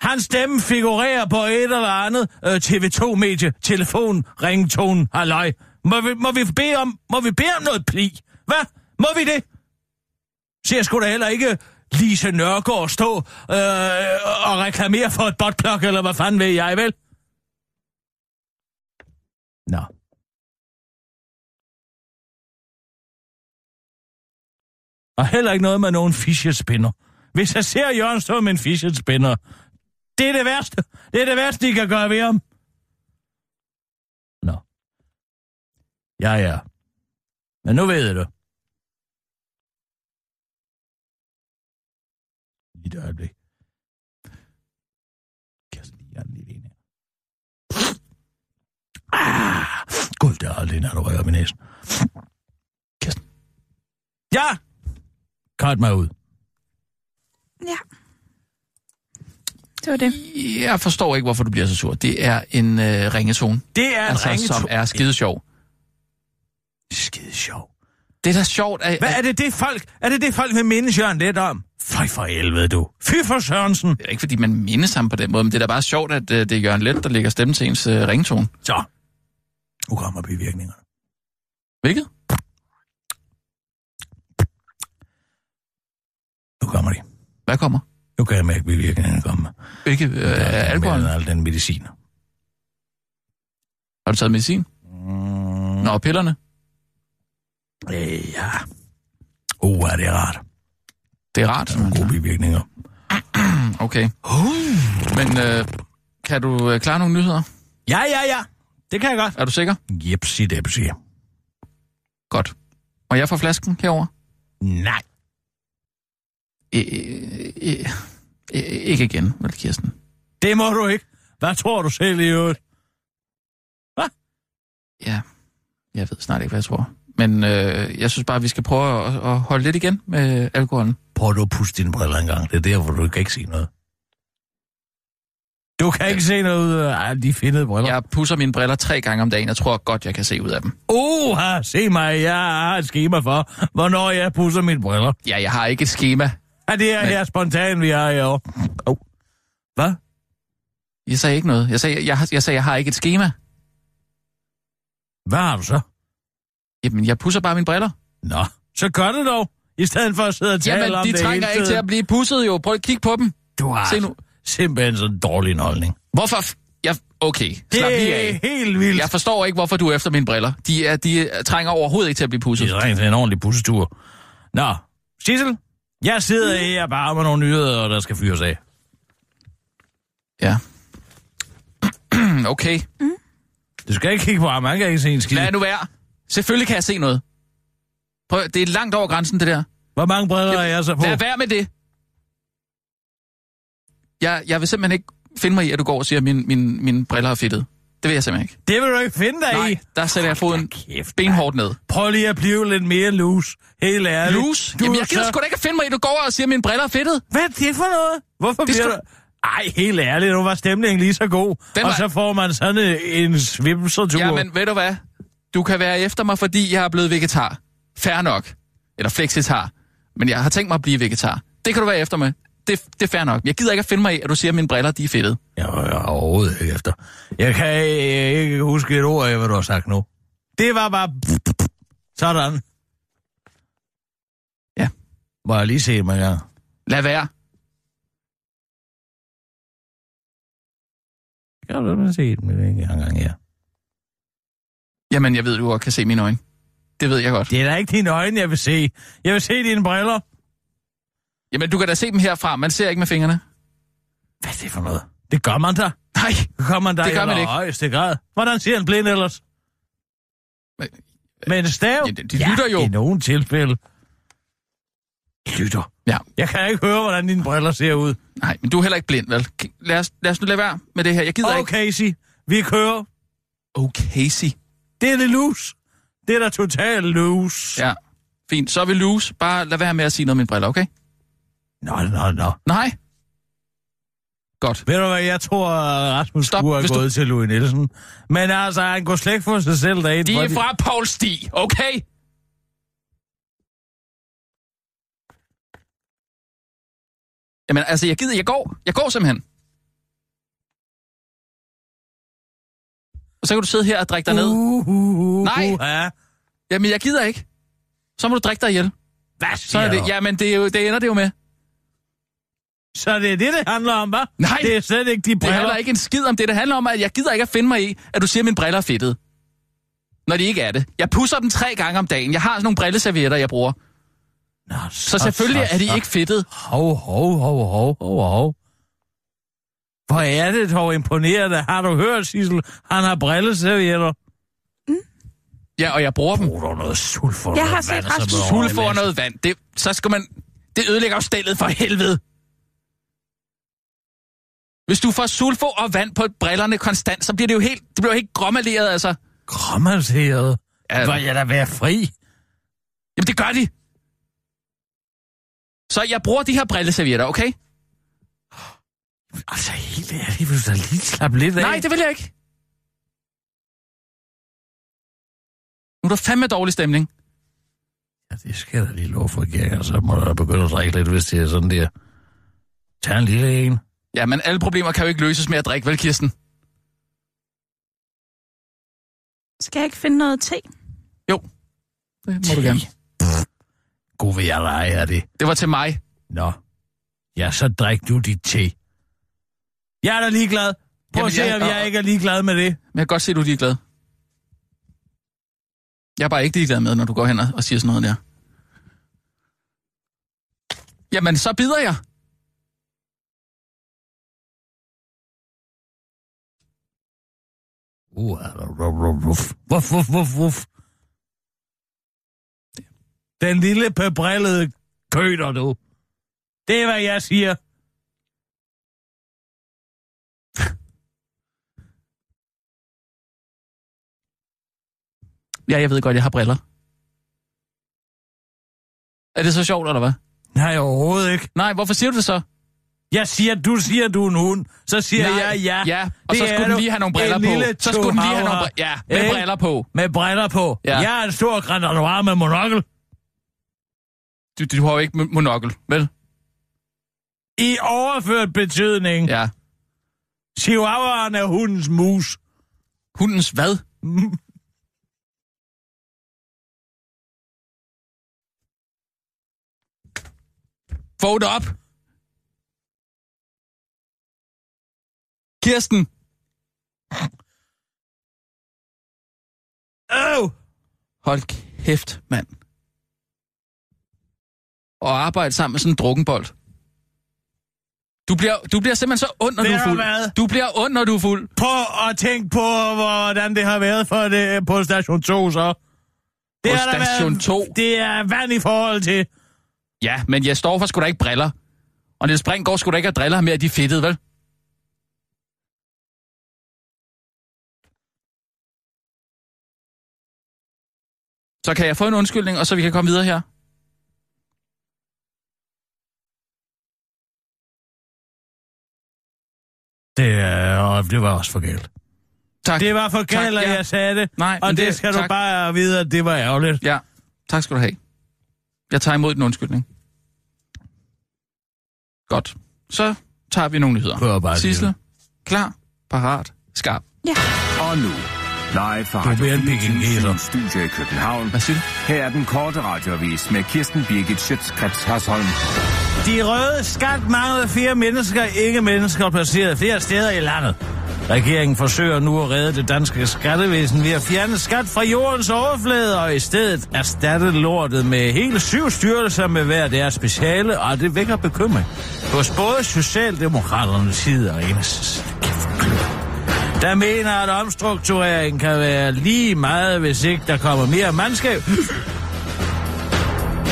hans stemme figurerer på et eller andet øh, TV2-medie, telefon, ringtone, halløj. Må vi, må vi bede om, må vi bede om noget pli? Hvad? Må vi det? ser sgu da heller ikke Lise Nørgaard stå øh, og reklamere for et botplok, eller hvad fanden ved jeg, vel? Nå. Og heller ikke noget med nogen fidget spinner. Hvis jeg ser Jørgen stå med en fidget spinner, det er det værste. Det er det værste, de kan gøre ved ham. Nå. Ja, ja. Men nu ved jeg det. Lige et øjeblik. Kirsten, lige en lille en her. Ah, Gud, der er aldrig en, når du rører op i næsen. Kirsten. Ja! Kart mig ud. Ja. Det var det. Jeg forstår ikke, hvorfor du bliver så sur. Det er en øh, ringetone. Det er en altså, ringetone. som er skide sjov. Skide sjov. Det er da sjovt, at... Hvad er det, det folk, er det, det folk vil mindes Jørgen lidt om? Føj for helvede, du. Fy for Sørensen. Det er ikke, fordi man mindes ham på den måde, men det er da bare sjovt, at øh, det er Jørgen Let, der lægger stemme til ens øh, ringtone. Så. Nu kommer bivirkningerne. Hvilket? kommer de. Hvad kommer? Nu kan jeg mærke, at bivirkningerne kommer. Ikke øh, alkohol? Med al den medicin. Har du taget medicin? Mm. Nå, og pillerne? Øh, ja. Uh, oh, er det rart. Det er rart. Der er nogle gode bivirkninger. Okay. Men øh, kan du øh, klare nogle nyheder? Ja, ja, ja. Det kan jeg godt. Er du sikker? Jepsi, depsi. Godt. Og jeg får flasken herover? Nej. Øh, øh, øh, øh, ikke igen, vel Kirsten? Det må du ikke. Hvad tror du selv i øvrigt? Ja, jeg ved snart ikke, hvad jeg tror. Men øh, jeg synes bare, vi skal prøve at, at holde lidt igen med alkoholen. Prøv du at puste dine briller en gang. Det er der, hvor du kan ikke se noget. Du kan ikke se noget ud af de findede briller. Jeg pusser mine briller tre gange om dagen. Jeg tror godt, jeg kan se ud af dem. Oha, se mig. Jeg har et schema for, hvornår jeg pusser mine briller. Ja, jeg har ikke et schema. Ja, det er Men- her spontan, vi har i år. Oh. Hvad? Jeg sagde ikke noget. Jeg sagde, jeg, har- jeg, sagde, jeg har ikke et schema. Hvad har du så? Jamen, jeg pusser bare mine briller. Nå, så gør det dog. I stedet for at sidde og tale Jamen, om de det trænger hele ikke til tiden. at blive pusset jo. Prøv at kigge på dem. Du har Se nu. simpelthen sådan en dårlig en holdning. Hvorfor? F- jeg, okay, Det slap lige er af. helt vildt. Jeg forstår ikke, hvorfor du er efter mine briller. De, er, de er- trænger overhovedet ikke til at blive pusset. Det er rent en ordentlig pussetur. Nå, Sissel, jeg sidder Mm. her bare med nogle nyheder, der skal fyres af. Ja. [CLEARS THROAT] okay, Du skal ikke kigge på ham, han kan ikke se en skid. lad nu være. Selvfølgelig kan jeg se noget. Prøv, det er langt over grænsen, det der. Hvor mange briller er jeg så på? Lad være med det. Jeg, jeg vil simpelthen ikke finde mig i, at du går og siger, at mine, mine, mine briller er fedtet. Det vil jeg simpelthen ikke. Det vil du ikke finde dig i. Nej, der sætter jeg foden kæft, benhårdt ned. Prøv lige at blive lidt mere loose. Helt ærligt. Lus? Du Jamen, er jeg gider så- sgu da ikke at finde mig i, at du går og siger, at mine briller er fedtet. Hvad er det for noget? Hvorfor Det det bliver skal- du... Ej, helt ærligt, nu var stemningen lige så god. Den og var- så får man sådan en svimsertur. Jamen, ved du hvad? Du kan være efter mig, fordi jeg er blevet vegetar. Fair nok. Eller flexitar. Men jeg har tænkt mig at blive vegetar. Det kan du være efter mig. Det, det er fair nok. Jeg gider ikke at finde mig i, at du siger, at mine briller de er fedtede. Jeg hører overhovedet ikke efter. Jeg kan ikke huske et ord af, hvad du har sagt nu. Det var bare... Sådan. Ja. Må jeg lige se mig her? Lad være. Jeg har da set mig ikke engang her. Jamen, jeg ved, du godt kan se mine øjne. Det ved jeg godt. Det er da ikke dine øjne, jeg vil se. Jeg vil se dine briller. Jamen, du kan da se dem herfra. Man ser ikke med fingrene. Hvad er det for noget? Det gør man da. Nej. Det gør man da Det gør i man ikke. højeste grad. Hvordan siger en blind ellers? Men- Med en stav? Ja, de- de lytter jo. i nogle tilfælde. De lytter. Ja. Jeg kan ikke høre, hvordan dine briller ser ud. Nej, men du er heller ikke blind, vel? Lad os, lad os nu lade være med det her. Jeg gider Åh, ikke. Casey, vi kører. Oh, Casey. Det er det loose. Det er da totalt loose. Ja, fint. Så er vi loose. Bare lad være med at sige noget om mine briller, okay? Nå, nå, nå. Nej. Godt. Ved du hvad, jeg tror, at Rasmus Stop, Stop, er hvis du- gået til Louis Nielsen. Men altså, han går slet ikke for sig selv derinde. De er fordi- fra Paul Stig, okay? Jamen, altså, jeg gider, jeg går. Jeg går simpelthen. Og så kan du sidde her og drikke dig ned. Uh, uh, uh, Nej. Uh, ja. Jamen, jeg gider ikke. Så må du drikke dig ihjel. Hvad Så er det, ja. jamen, det, er jo, det ender det jo med. Så det er det, det handler om, hva'? Nej. Det er slet ikke de Det briller. handler ikke en skid om det. Det handler om, at jeg gider ikke at finde mig i, at du siger, at mine briller er fedtede. Når de ikke er det. Jeg pusser dem tre gange om dagen. Jeg har sådan nogle brilleservietter, jeg bruger. Nå, Så selvfølgelig er de så. ikke fedtede. Hov, hov, hov, hov, hov, hov. Hvor er det dog imponerende. Har du hørt, Sissel? Han har brilleservietter. Ja, og jeg bruger dem. Brug dog noget sulfur. altså, Jeg har set Rasmus Sulfur og noget vand. Det, så skal man... Det ødelægger jo stillet for helvede. Hvis du får sulfur og vand på brillerne konstant, så bliver det jo helt, det bliver jo helt grommaleret, altså. Krommelseret. Ja. Hvor jeg da være fri? Jamen, det gør de. Så jeg bruger de her brilleservietter, okay? Altså, helt ærligt, vil du da lige slappe lidt af? Nej, det vil jeg ikke. Nu er der fandme dårlig stemning. Ja, det skal jeg da lige lov for regeringen, så må du da begynde at drikke lidt, hvis det er sådan der. Tag en lille en. Ja, men alle problemer kan jo ikke løses med at drikke, vel, Kirsten? Skal jeg ikke finde noget te? Jo. Det må du gerne. God ved jeg lege er det. Det var til mig. Nå, Ja, så drik du dit te. Jeg er da ligeglad. Prøv Jamen, at se, jeg- om jeg ikke er ligeglad med det. Men jeg kan godt se, at du er ligeglad. Jeg er bare ikke ligeglad med, når du går hen og- og siger sådan noget der. Jamen, så bider jeg. Uh, ruff, ruff, ruff. Ruff, ruff, ruff, ruff. Den lille bebrillede køder, du. Det er, hvad jeg siger. Ja, jeg ved godt, jeg har briller. Er det så sjovt, eller hvad? Nej, overhovedet ikke. Nej, hvorfor siger du det så? Jeg siger, du siger, du er en hund. Så siger Nej, jeg ja. ja. Og Det så skulle er den du. lige have nogle briller En på. lille Så skulle den lige have nogle tohaver. bri- ja, med Ikke? briller på. Med briller på. Ja. Ja. Jeg er en stor granatoir med monokkel. Du, du har jo ikke mon- monokkel, vel? I overført betydning. Ja. Chihuahuaen er hundens mus. Hundens hvad? Vote op! Kirsten! Øv! Oh! Hold kæft, mand. Og arbejde sammen med sådan en drukkenbold. Du bliver, du bliver simpelthen så ond, når Det du er har fuld. været. Du bliver ond, når du er fuld. Prøv at tænke på, hvordan det har været for det på station 2, så. Det På har der station været- 2? Det er vand i forhold til. Ja, men jeg står for sgu da ikke briller. Og Niels Brink går sgu da ikke og driller ham med, at de er fedtede, vel? Så kan jeg få en undskyldning, og så vi kan komme videre her. Det, er- og det var også for galt. Tak. Det var for galt, Tak, at ja. jeg sagde det. Nej, og men det, det- skal tak. du bare vide, at det var ærgerligt. Ja, tak skal du have. Jeg tager imod den undskyldning. Godt. Så tager vi nogle nyheder. Prøv at bare Sissel, klar, parat, skarp. Og nu, live fra Du er mere Radio end pekingeser. 24 Studio i København. Hvad siger du? Her er den korte radiovis med Kirsten Birgit Schøtzgrads Hasholm. De røde skat manglede fire mennesker, ikke mennesker placeret flere steder i landet. Regeringen forsøger nu at redde det danske skattevæsen ved at fjerne skat fra jordens overflade og i stedet erstatte lortet med hele syv styrelser med hver deres speciale, og det vækker bekymring. Hos både Socialdemokraternes side og Enhedslisten. Der mener, at omstruktureringen kan være lige meget, hvis ikke der kommer mere mandskab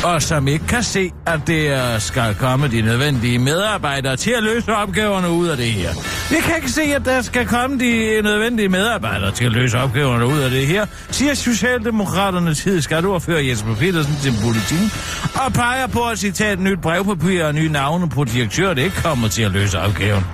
og som ikke kan se, at det øh, skal komme de nødvendige medarbejdere til at løse opgaverne ud af det her. Vi kan ikke se, at der skal komme de nødvendige medarbejdere til at løse opgaverne ud af det her, siger Socialdemokraternes tidsskatordfører Jesper Petersen til politikken, og peger på at citat nyt brevpapir og nye navne på direktører, det ikke kommer til at løse opgaven.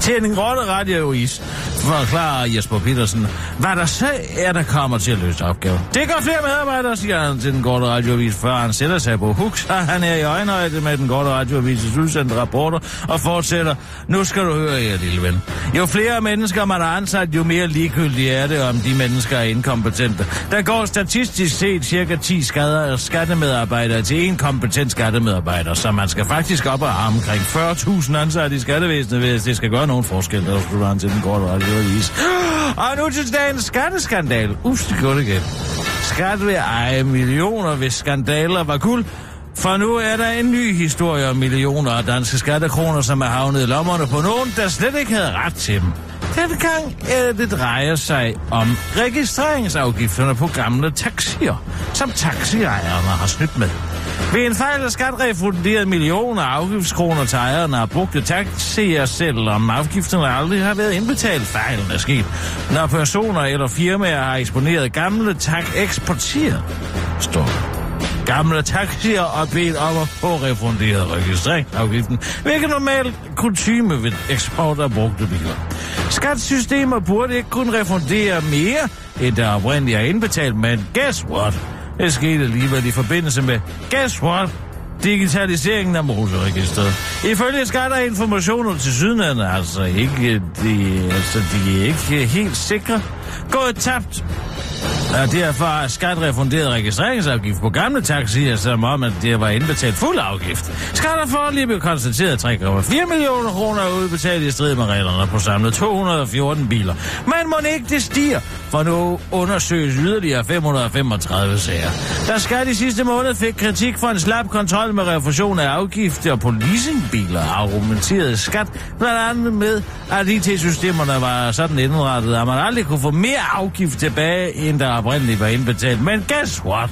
Til en rotte radiois forklarer Jesper Petersen, hvad der så er, der kommer til at løse opgaven. Det gør flere medarbejdere, siger han til den korte radioavis, før han sætter sig på huk, så han er i øjenhøjde med den korte radioavis' udsendte rapporter og fortsætter, nu skal du høre her, lille ven. Jo flere mennesker man har ansat, jo mere ligegyldigt er det, om de mennesker er inkompetente. Der går statistisk set cirka 10 skader skattemedarbejdere til en kompetent skattemedarbejder, så man skal faktisk op og have omkring 40.000 ansatte i skattevæsenet, hvis det skal gøre nogen forskel, der skulle han til den korte radioavis. Og nu til dagens skatteskandal. Ups, det gjorde det igen. Skat vil eje millioner, hvis skandaler var guld. For nu er der en ny historie om millioner af danske skattekroner, som er havnet i lommerne på nogen, der slet ikke havde ret til dem. Denne gang øh, det drejer sig om registreringsafgifterne på gamle taxier, som taxiejerne har snydt med. Ved en fejl er skat refunderet millioner af afgiftskroner til ejerne og brugte taxier, selvom afgifterne aldrig har været indbetalt. Fejlen er sket, når personer eller firmaer har eksponeret gamle tak eksporteret, står der. gamle taxier og bedt om at få refunderet registreringsafgiften, hvilket normalt kutume ved eksport af brugte biler. Skatsystemer burde ikke kunne refundere mere, end der oprindeligt er indbetalt, men guess what? Det skete alligevel i forbindelse med Guess what? Digitaliseringen af motorregistret. Ifølge skatter informationer til sydenheden er altså ikke, de, altså de er ikke helt sikre. Gået tabt Og derfor har skat refunderet registreringsafgift på gamle taxier, som om, at det var indbetalt fuld afgift. Skat har foreløbig blev konstateret 3,4 millioner kroner udbetalt i strid med reglerne på samlet 214 biler. Men må ikke det stiger, for nu undersøges yderligere 535 sager. Der skat i sidste måned fik kritik for en slap kontrol med refusion af afgifter på leasingbiler, argumenterede skat blandt andet med, at IT-systemerne var sådan indrettet, at man aldrig kunne få mere afgift tilbage, end der oprindeligt var indbetalt. Men guess what?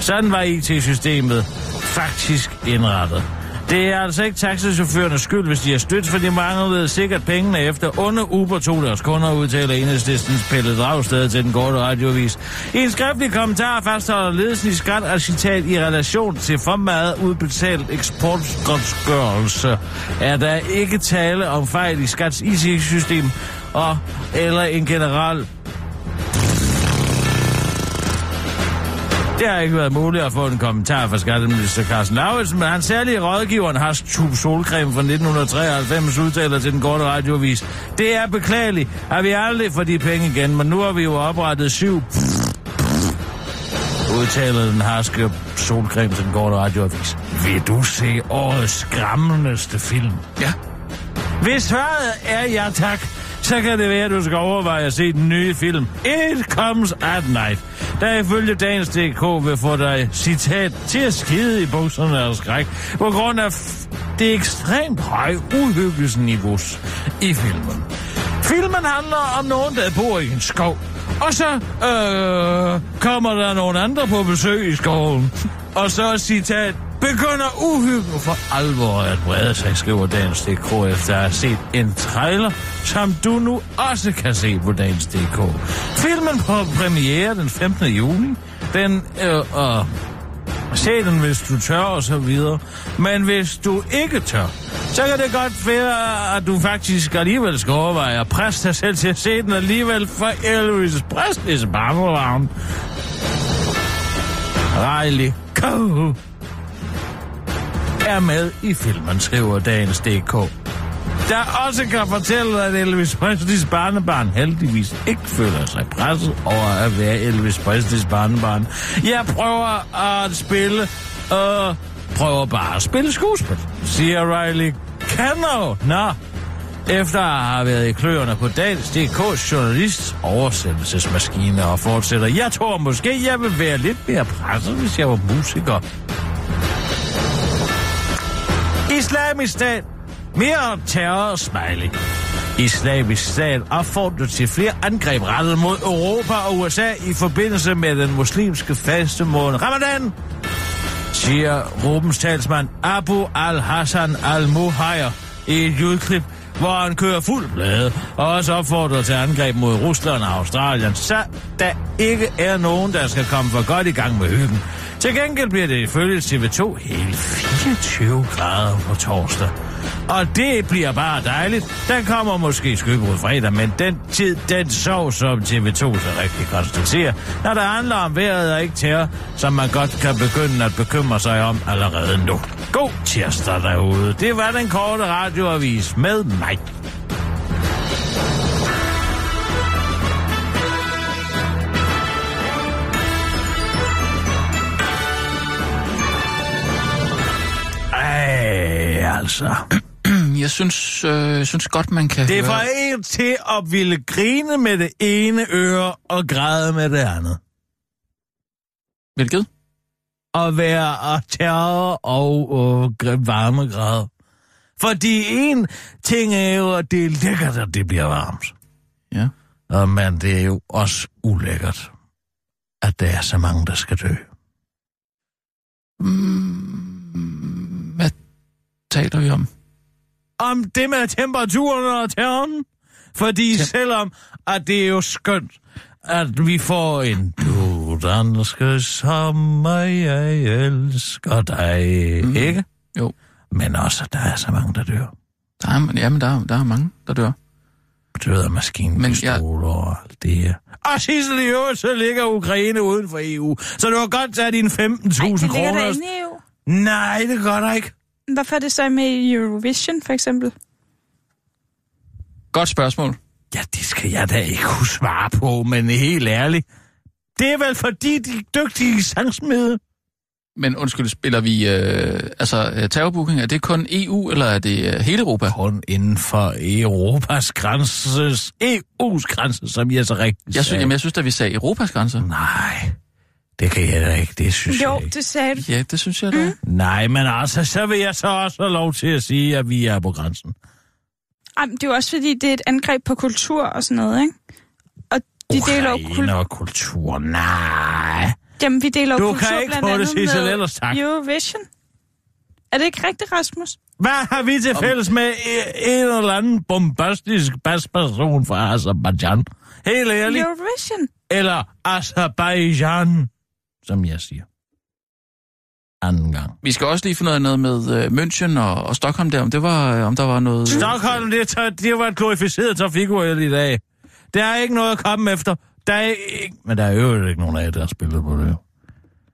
Sådan var IT-systemet faktisk indrettet. Det er altså ikke taxachaufførernes skyld, hvis de er stødt, for de manglede sikkert pengene efter under Uber tog deres kunder, udtaler enhedslistens Pelle Dragsted til den korte radiovis. I en skriftlig kommentar fastholder ledelsen i skat af citat i relation til for meget udbetalt eksportgodsgørelse. Er der ikke tale om fejl i skats IC-system og eller en generel Det har ikke været muligt at få en kommentar fra skatteminister Carsten Lauritsen, men hans særlige rådgiver, en harsk tube solcreme fra 1993, udtaler til den korte radiovis. Det er beklageligt, at vi aldrig får de penge igen, men nu har vi jo oprettet syv [LAUGHS] udtaler den harske solcreme til den korte radioavis. Vil du se årets skræmmendeste film? Ja. Hvis svaret er ja tak, så kan det være, at du skal overveje at se den nye film It Comes at Night, der ifølge Dagens DK vil få dig, citat, til at skide i bukserne af skræk, på grund af f- det ekstremt høje uhyggelsesniveau i filmen. Filmen handler om nogen, der bor i en skov, og så øh, kommer der nogle andre på besøg i skoven, og så citat, begynder uhyggen for alvor at brede sig, skriver Dagens DK, efter at have set en trailer, som du nu også kan se på Dagens DK. Filmen på premiere den 15. juni. Den øh, øh, Se den, hvis du tør og så videre. Men hvis du ikke tør, så kan det godt være, at du faktisk alligevel skal overveje at presse dig selv til at se den alligevel for Elvis Presley's barnevagn. Riley Coe er med i filmen, skriver Dagens DK. Der også kan fortælle, at Elvis Presleys barnebarn heldigvis ikke føler sig presset over at være Elvis Presleys barnebarn. Jeg prøver at spille, og øh, prøver bare at spille skuespil, siger Riley Cano. Nå, efter at have været i kløerne på Dagens DK's journalist oversættelsesmaskine og fortsætter. Jeg tror måske, jeg vil være lidt mere presset, hvis jeg var musiker. Islamisk stat. Mere terror og smiley. Islamisk stat opfordrer til flere angreb rettet mod Europa og USA i forbindelse med den muslimske fastemåned Ramadan, siger gruppens talsmand Abu al-Hassan al-Muhayr i et lydklip, hvor han kører fuld blade og også opfordrer til angreb mod Rusland og Australien, så der ikke er nogen, der skal komme for godt i gang med hyggen. Til gengæld bliver det ifølge TV2 hele 24 grader på torsdag. Og det bliver bare dejligt. Den kommer måske skybrud fredag, men den tid, den sov, som TV2 så rigtig konstaterer, når der handler om vejret og ikke terror, som man godt kan begynde at bekymre sig om allerede nu. God tirsdag derude. Det var den korte radioavis med mig. Ej, altså. Jeg synes, øh, jeg synes godt, man kan Det er høre... fra en til at ville grine med det ene øre og græde med det andet. Hvilket? At være og terror og øh, gr- varmegrader. Fordi en ting er jo, at det er lækkert, at det bliver varmt. Ja. Og men det er jo også ulækkert, at der er så mange, der skal dø. Hvad taler vi om? om det med temperaturen og terroren. Fordi ja. selvom at det er jo skønt, at vi får en du danske sommer, jeg elsker dig, mm. ikke? Jo. Men også, at der er så mange, der dør. Der er, ja, men der, er- der er mange, der dør. Døde af maskinpistoler og alt det her. Og Sissel, i øvrigt, så ligger Ukraine uden for EU. Så du har godt tage dine 15.000 Det ligger der kroner. inde i EU. Nej, det gør der ikke. Hvorfor er det så med i Eurovision, for eksempel? Godt spørgsmål. Ja, det skal jeg da ikke kunne svare på, men helt ærligt. Det er vel fordi, de er dygtige sangsmede. Men undskyld, spiller vi øh, altså øh, terrorbooking? Er det kun EU, eller er det øh, hele Europa? Kun inden for Europas grænses, EU's grænse, som jeg så rigtigt jeg synes, jamen, jeg synes da, vi sagde Europas grænse. Nej, det kan jeg da ikke. Det synes Jo, jeg ikke. det sagde du. Ja, det synes jeg da. Mm. Nej, men altså, så vil jeg så også have lov til at sige, at vi er på grænsen. Ej, men det er jo også fordi, det er et angreb på kultur og sådan noget, ikke? Og de deler jo Ukraine og kultur, nej. Jamen, vi deler jo Du kultur kan ikke blandt få det, andet Sissel, med ellers tak. Eurovision. Er det ikke rigtigt, Rasmus? Hvad har vi til fælles med e- en eller anden bombastisk basperson fra Azerbaijan? Helt ærligt. Eurovision. Eller Azerbaijan, som jeg siger. Anden gang. Vi skal også lige finde ud af noget med øh, München og, og Stockholm der, om, det var, øh, om der var noget... Stockholm, det, er tra- det var et glorificeret trafikuheld i dag. Der er ikke noget at komme efter. Der er ikke... Men der er jo ikke nogen af jer, der har spillet på det. øh,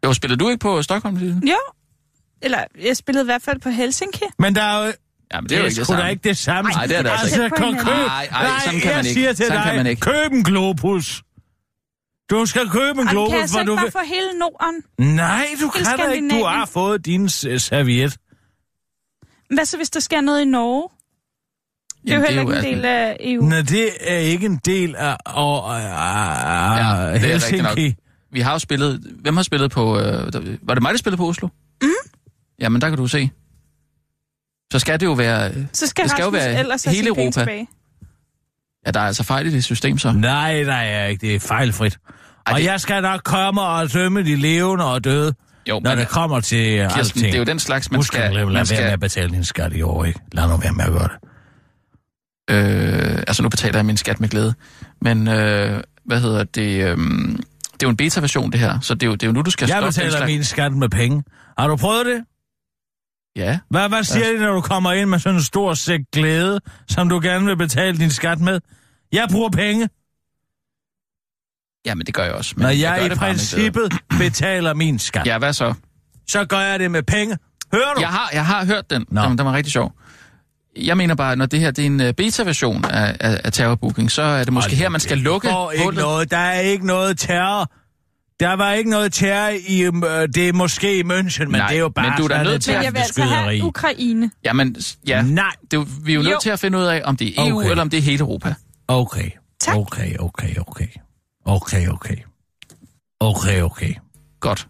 Jo, spiller du ikke på Stockholm? Sissel? Jo. Eller, jeg spillede i hvert fald på Helsinki. Men der er jo... Jamen, det er jo ikke det sgu da samme. ikke det samme. Nej, det er det altså ikke. altså kom, køb. Nej, nej, sådan kan jeg man ikke. siger til Sådan dig, kan man ikke. køb en globus. Du skal købe en Ej, men globus, kan jeg så hvor ikke du bare vil... få hele Norden? Nej, du kan Hele da ikke. Du Skandinavien? har fået din øh, serviet. Hvad så, hvis der sker noget i Norge? Det er jo Jamen, heller det ikke er jo altså- en del af E EU. Nej, det er ikke en del af, og, af, af Ja, det er rigtigt nok. Helsinki. Vi har jo spillet... Hvem har spillet på... Øh, der- var det mig, der spillede på Oslo? Mm. Jamen, der kan du se. Så skal det jo være... øh, Så skal, det skal jo Rasmus være ellers have hele sine penge Europa. Tilbage. Ja, der er altså fejl i det system, så. Nej, nej, jeg er ikke. Det er fejlfrit. Og jeg skal nok komme og dømme de levende og døde, jo, når men- det kommer til øh, Kirsten, alting. det er jo den slags, man Husk, skal- Lad man være skal- med at betale din skat i år, ikke? Lad nu være med at gøre det. Øh, altså, nu betaler jeg min skat med glæde. Men, øh, hvad hedder det... Øh, det er jo en beta-version, det her. Så det er jo, det er jo nu, du skal Jeg stoppe den betaler slags- min skat med penge. Har du prøvet det? Ja. Hvad, hvad siger de, når du kommer ind med sådan en stor sæk glæde, som du gerne vil betale din skat med? Jeg bruger penge, Jamen, det gør jeg også. når jeg, gør jeg i det bare med glæde. princippet betaler min skat. Ja, hvad så? Så gør jeg det med penge. Hører du? Jeg har, jeg har hørt den. Den, den var rigtig sjov. Jeg mener bare, når det her det er en øh, beta-version af, af, af terrorbooking, så er det måske her, man skal lukke Der ikke noget. Der er ikke noget terror. Der var ikke noget terror i... Øh, det er måske i München, men Nej, det er jo bare... men du er da sådan nødt et til at- Men jeg vil altså have skyderi. Ukraine. Jamen, s- ja. Nej. Det, vi er jo nødt Jo. til at finde ud af, om det er EU, Okay. okay. eller om det er hele Europa. Okay. Tak. Okay, okay, okay. Okay, okay. Okay, okay. Godt.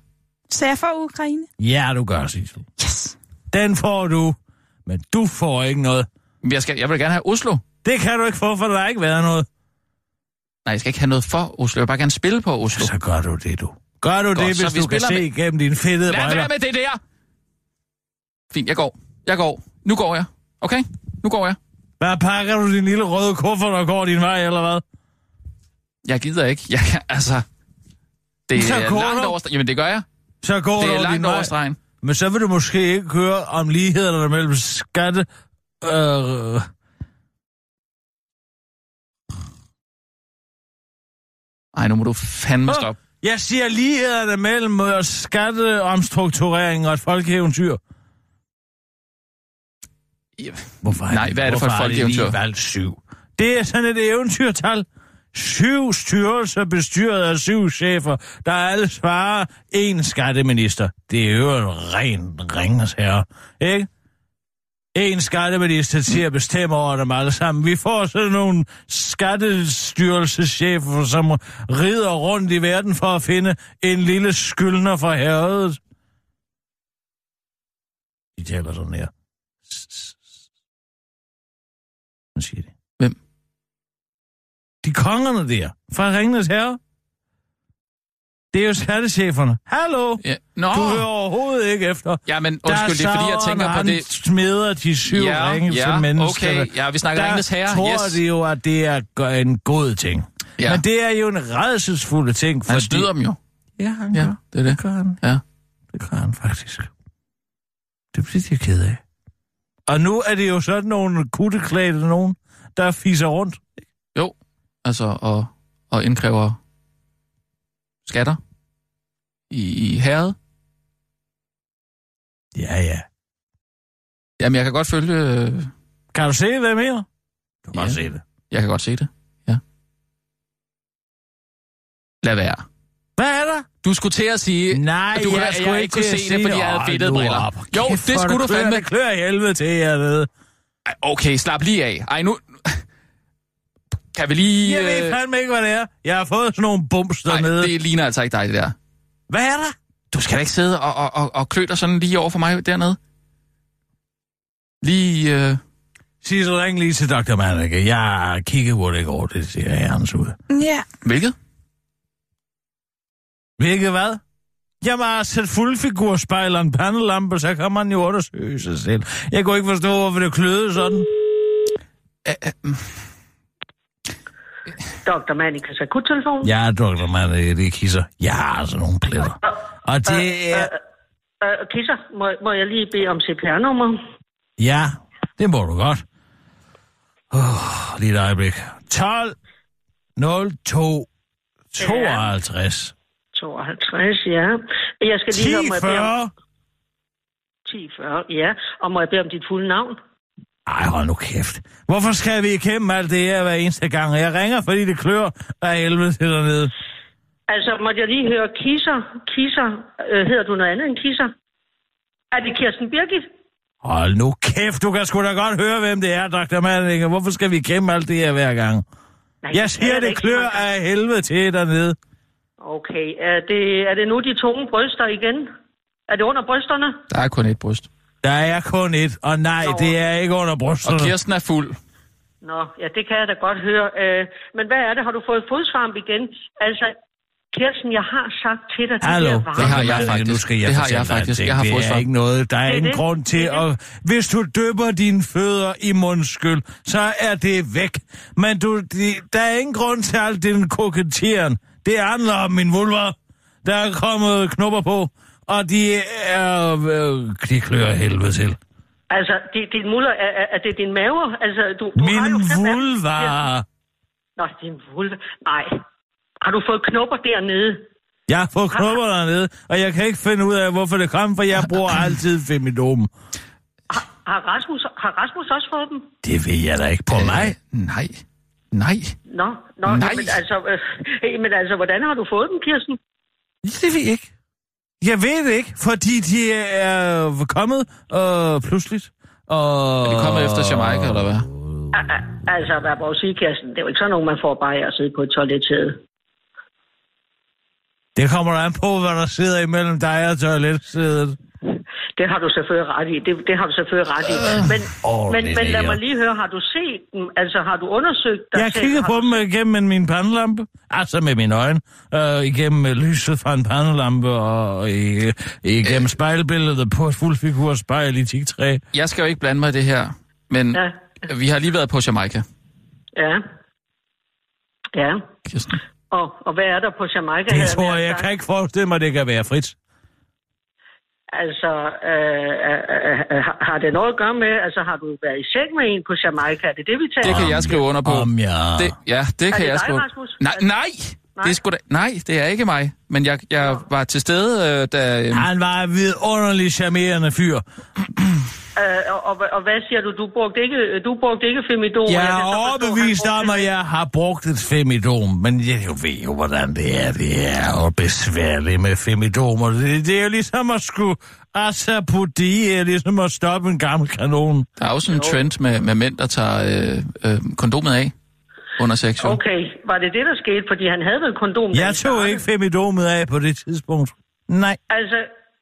Så jeg får Ukraine. Ja, du gør, Sissel. Yes. Den får du, men du får ikke noget. Men Jeg, skal, jeg vil gerne have Oslo. Det kan du ikke få, for der har ikke været noget. Nej, jeg skal ikke have noget for Oslo. Jeg vil bare gerne spille på Oslo. Så gør du Altså, det, du. Gør du Godt, det, så hvis vi du kan spiller se med- igennem dine fedtede Lad briller? være med det der! Fint, jeg går. Jeg går. Nu går jeg. Okay? Nu går jeg. Hvad pakker du din lille røde kuffert og går din vej, eller hvad? Jeg gider ikke. Jeg, kan- altså, [LAUGHS] det Så er går langt du. over... stre- Jamen, det gør jeg. Så går Det du er over din langt over vej. stregen. Men så vil du måske ikke høre om lighederne mellem skatte... Øh, Ej, nu må du fandme stoppe. jeg siger lighederne mellem øh, skatteomstrukturering og et folkeeventyr. Hvorfor Nej, hvad er det for et hvorfor har de lige folkeeventyr? valgt syv? Det er sådan et eventyrtal. Syv styrelser bestyret af syv chefer, der alle svarer en skatteminister. Det er jo en ren ringes herre, ikke? En skatteminister til at bestemme over dem alle sammen. Vi får sådan nogle skattestyrelseschefer, som rider rundt i verden for at finde en lille skyldner fra herredet. De taler sådan her. Sådan siger de. Hvem? De kongerne der, fra Ringenes Herre. Det er jo skattecheferne. Hallo! Ja. Nå, Du hører overhovedet ikke efter. ja, men undskyld, det er fordi, jeg Sauron, tænker på han det. smider de syv Ja, ringe ja, til mennesker. okay. Ja, vi snakker Der Ringenes Herre, tror yes. de jo, at det er gø- en god ting. Ja. Men det er jo en redselsfulde ting. Han snyder dem jo. Ja, han Ja, gør. det er det. gør han. Ja. Det gør han faktisk. Det bliver de ked af. Og nu er det jo sådan nogle kutteklædte nogen, der fiser rundt. Jo, altså, og, og indkræver skatter i, i herret. Ja, ja. Jamen, jeg kan godt følge... øh, Kan du se, hvad jeg mener? Du Ja. kan godt se det. Jeg kan godt se det, ja. Lad være. Hvad er der? Du skulle til at sige, Nej, at du jeg at skulle jeg ikke ikke kunne til at se sige det, fordi det. jeg havde Åh, fedtede nu briller. op. Jo, Kæft, det hvor skulle det du klør, fandme. det klør i helvede til, jeg ved. Ej, Okay, slap lige af. Ej, nu... Kan vi lige... Jeg ved øh, fandme ikke, hvad det er. Jeg har fået sådan nogle bums dernede. det ligner altså ikke dig, det der. Hvad er der? Du skal da ikke sidde og, og, og, og klø dig sådan lige over for mig dernede. Lige... Øh... Sig så ring lige til Dr. Manneke. Jeg kigger hvor det går, det ser herrens ud. Ja. Hvilket? Hvilket hvad? Jamen, at sætte fuldfigurspejl og en pandelampe, så kan man jo undersøge sig selv. Jeg kunne ikke forstå, hvorfor det kløede sådan. Dr. Manika altså, akuttelefon. Ja, Dr. Manneke, det er kisser. Jeg har altså nogle pletter. Og det er... Øh, kisser, må, må jeg lige bede om CPR-nummer? Ja, det må du godt. Oh, lige et øjeblik. 12 02 52 52, ja. Jeg skal lige høre, må jeg bede om... 1040, ja. Og må jeg bede om dit fulde navn? Ej, hold nu kæft. Hvorfor skal vi igennem alt det her hver eneste gang? Jeg ringer, fordi det klør af helvede til dernede. Altså, måtte jeg lige høre kisser? Kisser, øh, hedder du noget andet end kisser? Er det Kirsten Birgit? Hold nu kæft, du kan sgu da godt høre, hvem det er, Dr. Manninger. Hvorfor skal vi igennem alt det her hver gang? Nej, Jeg er siger, da det ikke klør så af helvede til dernede. Okay, er det, er det nu de tunge bryster igen? Er det under brysterne? Der er kun et bryst. Der er kun et, og nej, det er ikke under brysterne. Og Kirsten er fuld. Nå, ja, det kan jeg da godt høre. Øh, men hvad er det? Har du fået fodsvamp igen? Altså, Kirsten, jeg har sagt til dig... de Hallo, der varme- Dr. Manninger, Nu skal jeg Det har jeg fortælle dig en faktisk. ting. Jeg har det fået er svar. ikke noget. Der er Det er ingen det. grund til Det er at... Hvis du døber dine fødder i mundskyld, så er det væk. Men du, de, der er ingen grund til alt den koketteren. Det handler om min vulva. Der er kommet knopper på, og de er... Øh, de klør af helvede til. Altså, di- din muller, er, er- er det din mave? Altså, du, du har Min jo knap- vulva... Nå, din vulva. Nej. Har du fået knopper dernede? Jeg har fået knopper dernede, og jeg kan ikke finde ud af, hvorfor det kom, for [LAUGHS] jeg bruger altid femidom. Har Rasmus, har Rasmus også fået dem? Det ved jeg da ikke Øh. på mig. Nej. Nej. Nå, nå Nej. Men, altså, øh, men altså, hvordan har du fået dem, Kirsten? Det ved jeg ikke. Jeg ved det ikke, fordi de er kommet øh, pludseligt. Og... Er de kommet efter Jamaica, eller hvad? Al- al- Altså, hvad må jeg sige, Kirsten? Det er jo ikke sådan nogen, man får bare af at sidde på et toilettsæde. Det kommer an på, hvad der sidder imellem dig og toiletsædet. Det har du selvfølgelig ret i. Det, det har du selvfølgelig ret i. Ah. Men, Åh, men, det men lad der. mig lige høre, har du set dem? Altså, har du undersøgt dig Jeg selv? kigger Har på dem igennem min pandelampe, altså med mine øjne, øh, igennem øh, lyset fra en pandelampe og øh, igennem spejlbilledet på et fuldfigurspejl i tigtræ. Jeg skal jo ikke blande mig i det her, men ja. vi har lige været på Jamaica. Ja. Ja. Kirsten. Og, og hvad er der på Jamaica? Det havde tror nær jeg, jeg sagt? kan ikke forestille mig, det kan være frit. Altså, øh, øh, øh, øh, har- har det noget at gøre med, altså har du været i seng med en på Jamaica? Er det det, vi taler Det kan jeg skrive under på. Om jeg... Det, ja, det Er kan det jeg dig, skrive. Rasmus? Nej, nej. Det er sgu da, nej, det er ikke mig. Men jeg, jeg var til stede, øh, da... Øh, Han var en vidunderlig charmerende fyr. Øh, og, og, og, hvad siger du? Du brugte ikke, du brugte ikke femidon? Jeg og er kan så forstå, overbevist han brugte om, at jeg har brugt et femidom, men jeg jo ved jo, hvordan det er. Det er jo besværligt med femidomer. Det, det er jo ligesom at skulle... Altså, på det er ligesom at stoppe en gammel kanon. Der er også en trend med, med mænd, der tager øh, øh, kondomet af under sex. jo. Okay, var det det, der skete? Fordi han havde vel kondom? da Jeg tog vi startede. ikke femidomet af på det tidspunkt. Nej. Altså,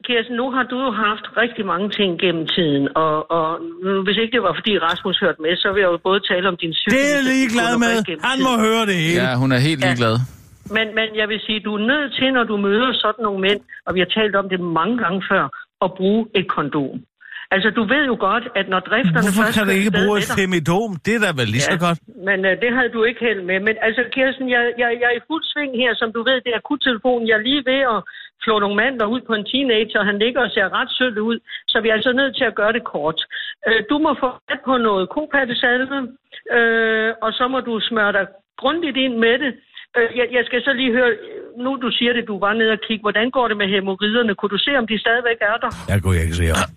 Kirsten, nu har du jo haft rigtig mange ting gennem tiden, og, og nu, hvis ikke det var, fordi Rasmus hørte med, så vil jeg jo både tale om din psykiske... Det er jeg ligeglad med. Han må høre det hele. Ja, hun er helt ligeglad. Men, men jeg vil sige, du er nødt til, når du møder sådan nogle mænd, og vi har talt om det mange gange før, at bruge et kondom. Altså, du ved jo godt, at når drifterne Hvorfor først... kan du kører ikke afsted bruge med et dig- femidom? Det er da vel lige så godt. Men øh, det havde du ikke held med. Men altså, Kirsten, jeg, jeg, jeg er i fuld sving her. Som du ved, det er akuttelefonen. Jeg er lige ved at flå nogle mandler ud på en teenager, og han ligger og ser ret sødt ud. Så vi er altså nødt til at gøre det kort. Øh, du må få fat på noget kopattesalve, øh, og så må du smøre dig grundigt ind med det. Øh, jeg, jeg skal så lige høre, øh, nu du siger det, du var nede og kigge, hvordan går det med hæmoriderne? Kunne du se, om de stadigvæk er der? Jeg kunne ikke se ham.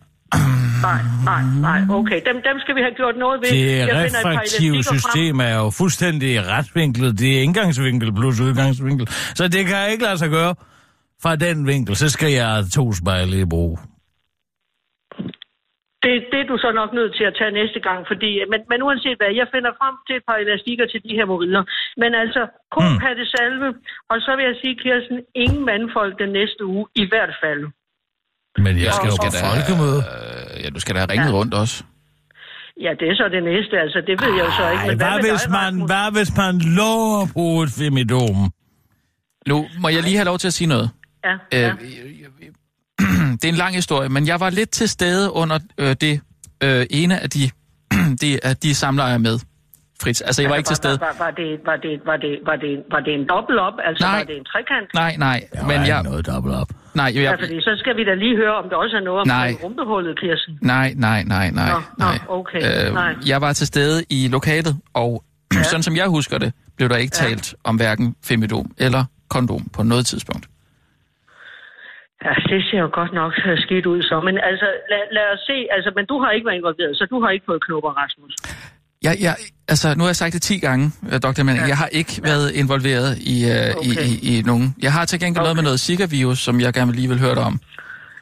nej, nej, nej. Okay, dem, dem skal vi have gjort noget ved. Det finder et par refraktive elastikker frem. system er jo fuldstændig retvinklet. Det er indgangsvinkel plus udgangsvinkel. Så det kan jeg ikke lade sig gøre. Fra den vinkel, så skal jeg have to spejle i brug. Det, det er du så nok nødt til at tage næste gang, fordi, men, men uanset hvad, jeg finder frem til et par elastikker til de her morider. Men altså, Mm. kopattesalve, og så vil jeg sige, Kirsten, ingen mandfolk den næste uge, i hvert fald. Men jeg skal jo på folkemøde. Øh, Ja, du skal da have ringet rundt også. Ja, det er så det næste, altså, det ved jeg jo så ikke. Ej, Men hvad hvad, med hvis man, hvad hvis man lover at bruge et femidom? Nu må jeg lige have lov til at sige noget. Ja, ja. Øh, [CLEARS THROAT] det er en lang historie, men jeg var lidt til stede under øh, det øh, ene af de, [CLEARS THROAT] det, at de samler jeg med. Fritz, altså jeg var ikke til stede. Var, var, var, det, var, det, var, det, var, det, var det en dobbelt op? Altså, Nej. var det en trekant? Nej, nej, men jeg... noget dobbelt op. Nej, Ja, jeg, fordi så skal vi da lige høre, om der også er noget om Nej. rumpehullet, Kirsten. nej, nej, nej, nej. Nå, nå, okay. nej. Øh, jeg var til stede i lokalet, og [CLEARS THROAT] ja. sådan som jeg husker det, blev der ikke talt om hverken femidom eller kondom på noget tidspunkt. Ja, det ser jo godt nok øh, skidt ud så. Men altså, lad, lad os se. Altså, men du har ikke været involveret, så du har ikke fået knopper, Rasmus. Jeg, jeg, altså, nu har jeg sagt det 10 gange, øh, Dr. Manning. Ja. Jeg har ikke ja. været involveret i, øh, okay. i, i, i nogen. Jeg har til gengæld okay. noget med noget Zika-virus, som jeg gerne vil lige vil høre dig om.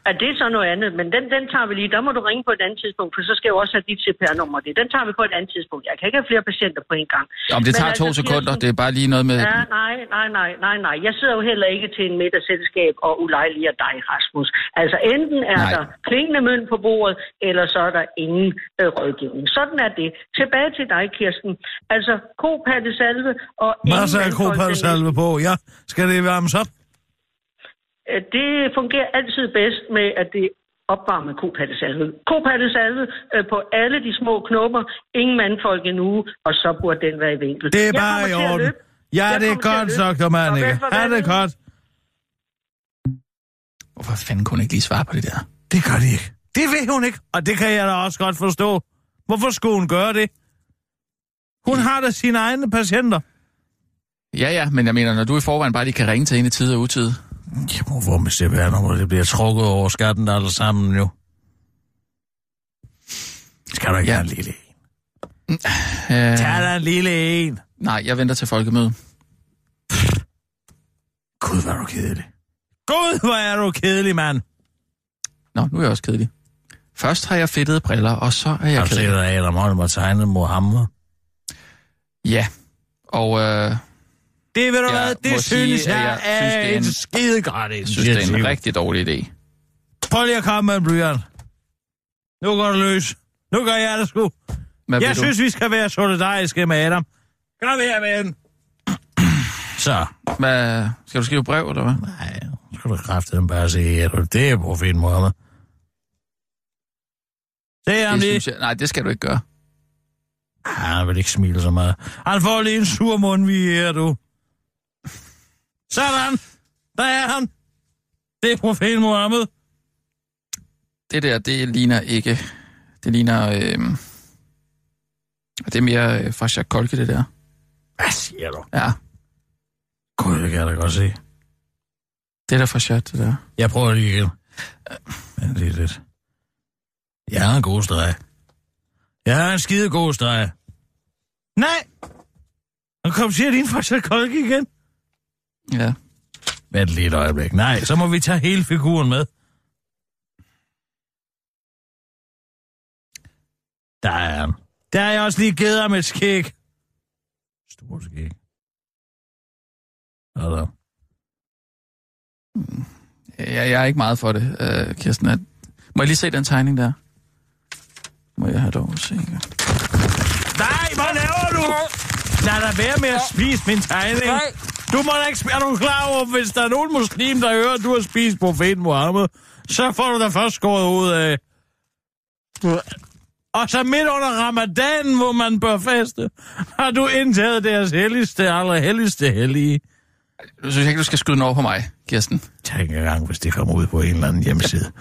Ja, det er så noget andet, men den, den tager vi lige. Der må du ringe på et andet tidspunkt, for så skal jeg jo også have dit CPR-nummer. Det. Den tager vi på et andet tidspunkt. Jeg kan ikke have flere patienter på en gang. Om det Men altså, tager to Kirsten- sekunder, det er bare lige noget med... Ja, nej, nej, nej, nej, nej. Jeg sidder jo heller ikke til en middagsselskab og ulejliger dig, Rasmus. Altså, enten er Nej. nej. der klingende mønt på bordet, eller så er der ingen øh, rådgivning. Sådan er det. Tilbage til dig, Kirsten. Altså, kopattesalve og... ingen Masser af mandfolk den kropattesalve på, ja. Skal det varmes op? Øh, Det fungerer altid bedst med, at det opvarmer kopattesalve. Kopattesalve øh, på alle de små knopper, ingen mandfolk endnu, og så burde den være i vinkel. Det er Jeg bare kommer i til at orden. løbe. Ja, Jeg det er kommer til at godt, løbe. Dr. Manning. Farvel, Ha' farvel. det godt. Hvorfor fanden kunne hun ikke lige svare på det der? Det gør de ikke. Det ved hun ikke, og det kan jeg da også godt forstå. Hvorfor skulle hun gøre det? Hun har da sine egne patienter. Ja, ja, men jeg mener, når du i forvejen bare lige kan ringe til hende i tide og utide. Jamen, hvor med CPR-nummer, det bliver trukket over skatten alle sammen jo. Skal du ikke ja. have en lille en? Øh, Tag da en lille en. nej, jeg venter til folkemøde. Gud, hvor er du kedelig. Gud, hvor er du kedelig, mand. Nå, nu er jeg også kedelig. Først har jeg fedtede briller, og så er Jeg jeg har du set, kedelig. at Adam Holm har tegnet Mohammed? Ja, og øh, Det ved du Jeg hvad, må det sige, synes at jeg, jeg er, synes, det er en en- skide gratis. jeg synes, det er en rigtig dårlig idé. Prøv lige at komme med en blyant. Nu går det løs. Nu gør jeg det sgu. Hvad vil jeg du? synes, vi skal være solidariske med Adam. Kom her med den. Så. Hvad, skal du skrive brev, eller hvad? Nej, nu skal du kraftedeme bare sige, at det er på fin måde. Det er ham Det lige. synes jeg, nej, det skal du ikke gøre. Ah, Han vil ikke smile så meget. Han får lige en sur mund, vi her, du. Sådan. Der er han. Det er profeten Mohammed. det der, det ligner ikke... Det ligner... Øh, det er mere øh, fra Jacques Kolke, det der. Hvad siger du? Ja, Gud, det kan jeg da godt se. det er der fra Jacques, det der. Jeg prøver lige igen. Men lige lidt. Jeg har en god streg. Jeg har en skide god streg. Nej! Nu kom til din fra Kolke igen. Ja. Vent lige et øjeblik. Nej, så må vi tage hele figuren med. Der er han. Der er jeg også lige givet ham et skæg. Stort skæg. Sådan. Jeg, jeg er ikke meget for det, øh, Kirsten. At- Må jeg lige se den tegning der? Må jeg have lov at se? Nej, hvad laver du? Lad da være med at spise min tegning. Du må da ikke spise. Er du klar over, hvis der er nogen muslim, der hører, at du har spist profeten Mohammed, så får du da først skåret ud af. Og så midt under ramadanen, hvor man bør faste, har du indtaget deres helligste, allerhelligste hellige. Du synes jeg ikke, du skal skyde den over på mig, Kirsten. Tænk engang, hvis det kommer ud på en eller anden hjemmeside.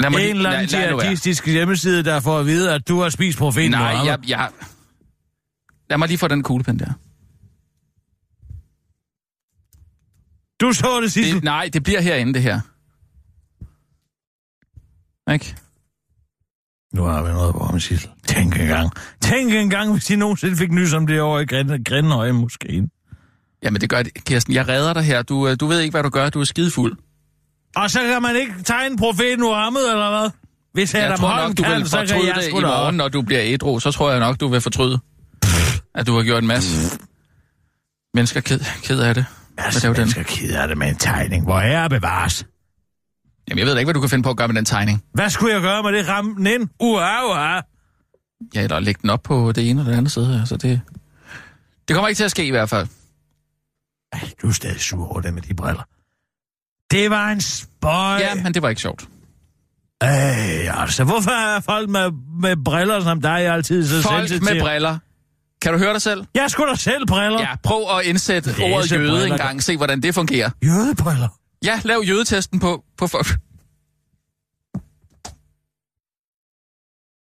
Lad en lige- eller anden lad- lad nu være. jihadistisk hjemmeside, der får at vide, at du har spist profeten Nej, Mohammed. jeg, jeg... Lad mig lige få den kuglepen der. Du så det sidste. Det, nej, det bliver herinde, det her. Ikke? Nu har vi noget på ham, Sissel. Tænk engang. Tænk engang, hvis de nogensinde fik nys om det over i Grin- Grindhøje måske. Jamen det gør det, Kirsten. Jeg redder dig her. Du, øh, du ved ikke, hvad du gør. Du er skidefuld. Og så kan man ikke tegne profeten Mohammed, eller hvad? Hvis Adam jeg tror Holm nok, du kan, vil så kan fortryde jeg det i sgu da også. morgen, når du bliver ædru. Så tror jeg nok, du vil fortryde, at du har gjort en masse. Mennesker ked, ked af det. Altså, det er jo den. mennesker ked af det med en tegning. Hvor er bevares? Jamen, jeg ved da ikke, hvad du kan finde på at gøre med den tegning. Hvad skulle jeg gøre med det? Ramme den ind? Uha, uha. Ja, eller lægge den op på det ene eller det andet side. Altså, det, det kommer ikke til at ske i hvert fald. Du er stadig sur over det med de briller. Det var en spøj. Ja, men det var ikke sjovt. Ej, altså, hvorfor er folk med, med briller som dig altid så Folk sensitive? med briller. Kan du høre dig selv? Jeg skulle da selv briller. Ja, prøv at indsætte ordet Læsebriller, jøde en der- gang. Se, hvordan det fungerer. Jødebriller. Ja, lav jødetesten på, på folk.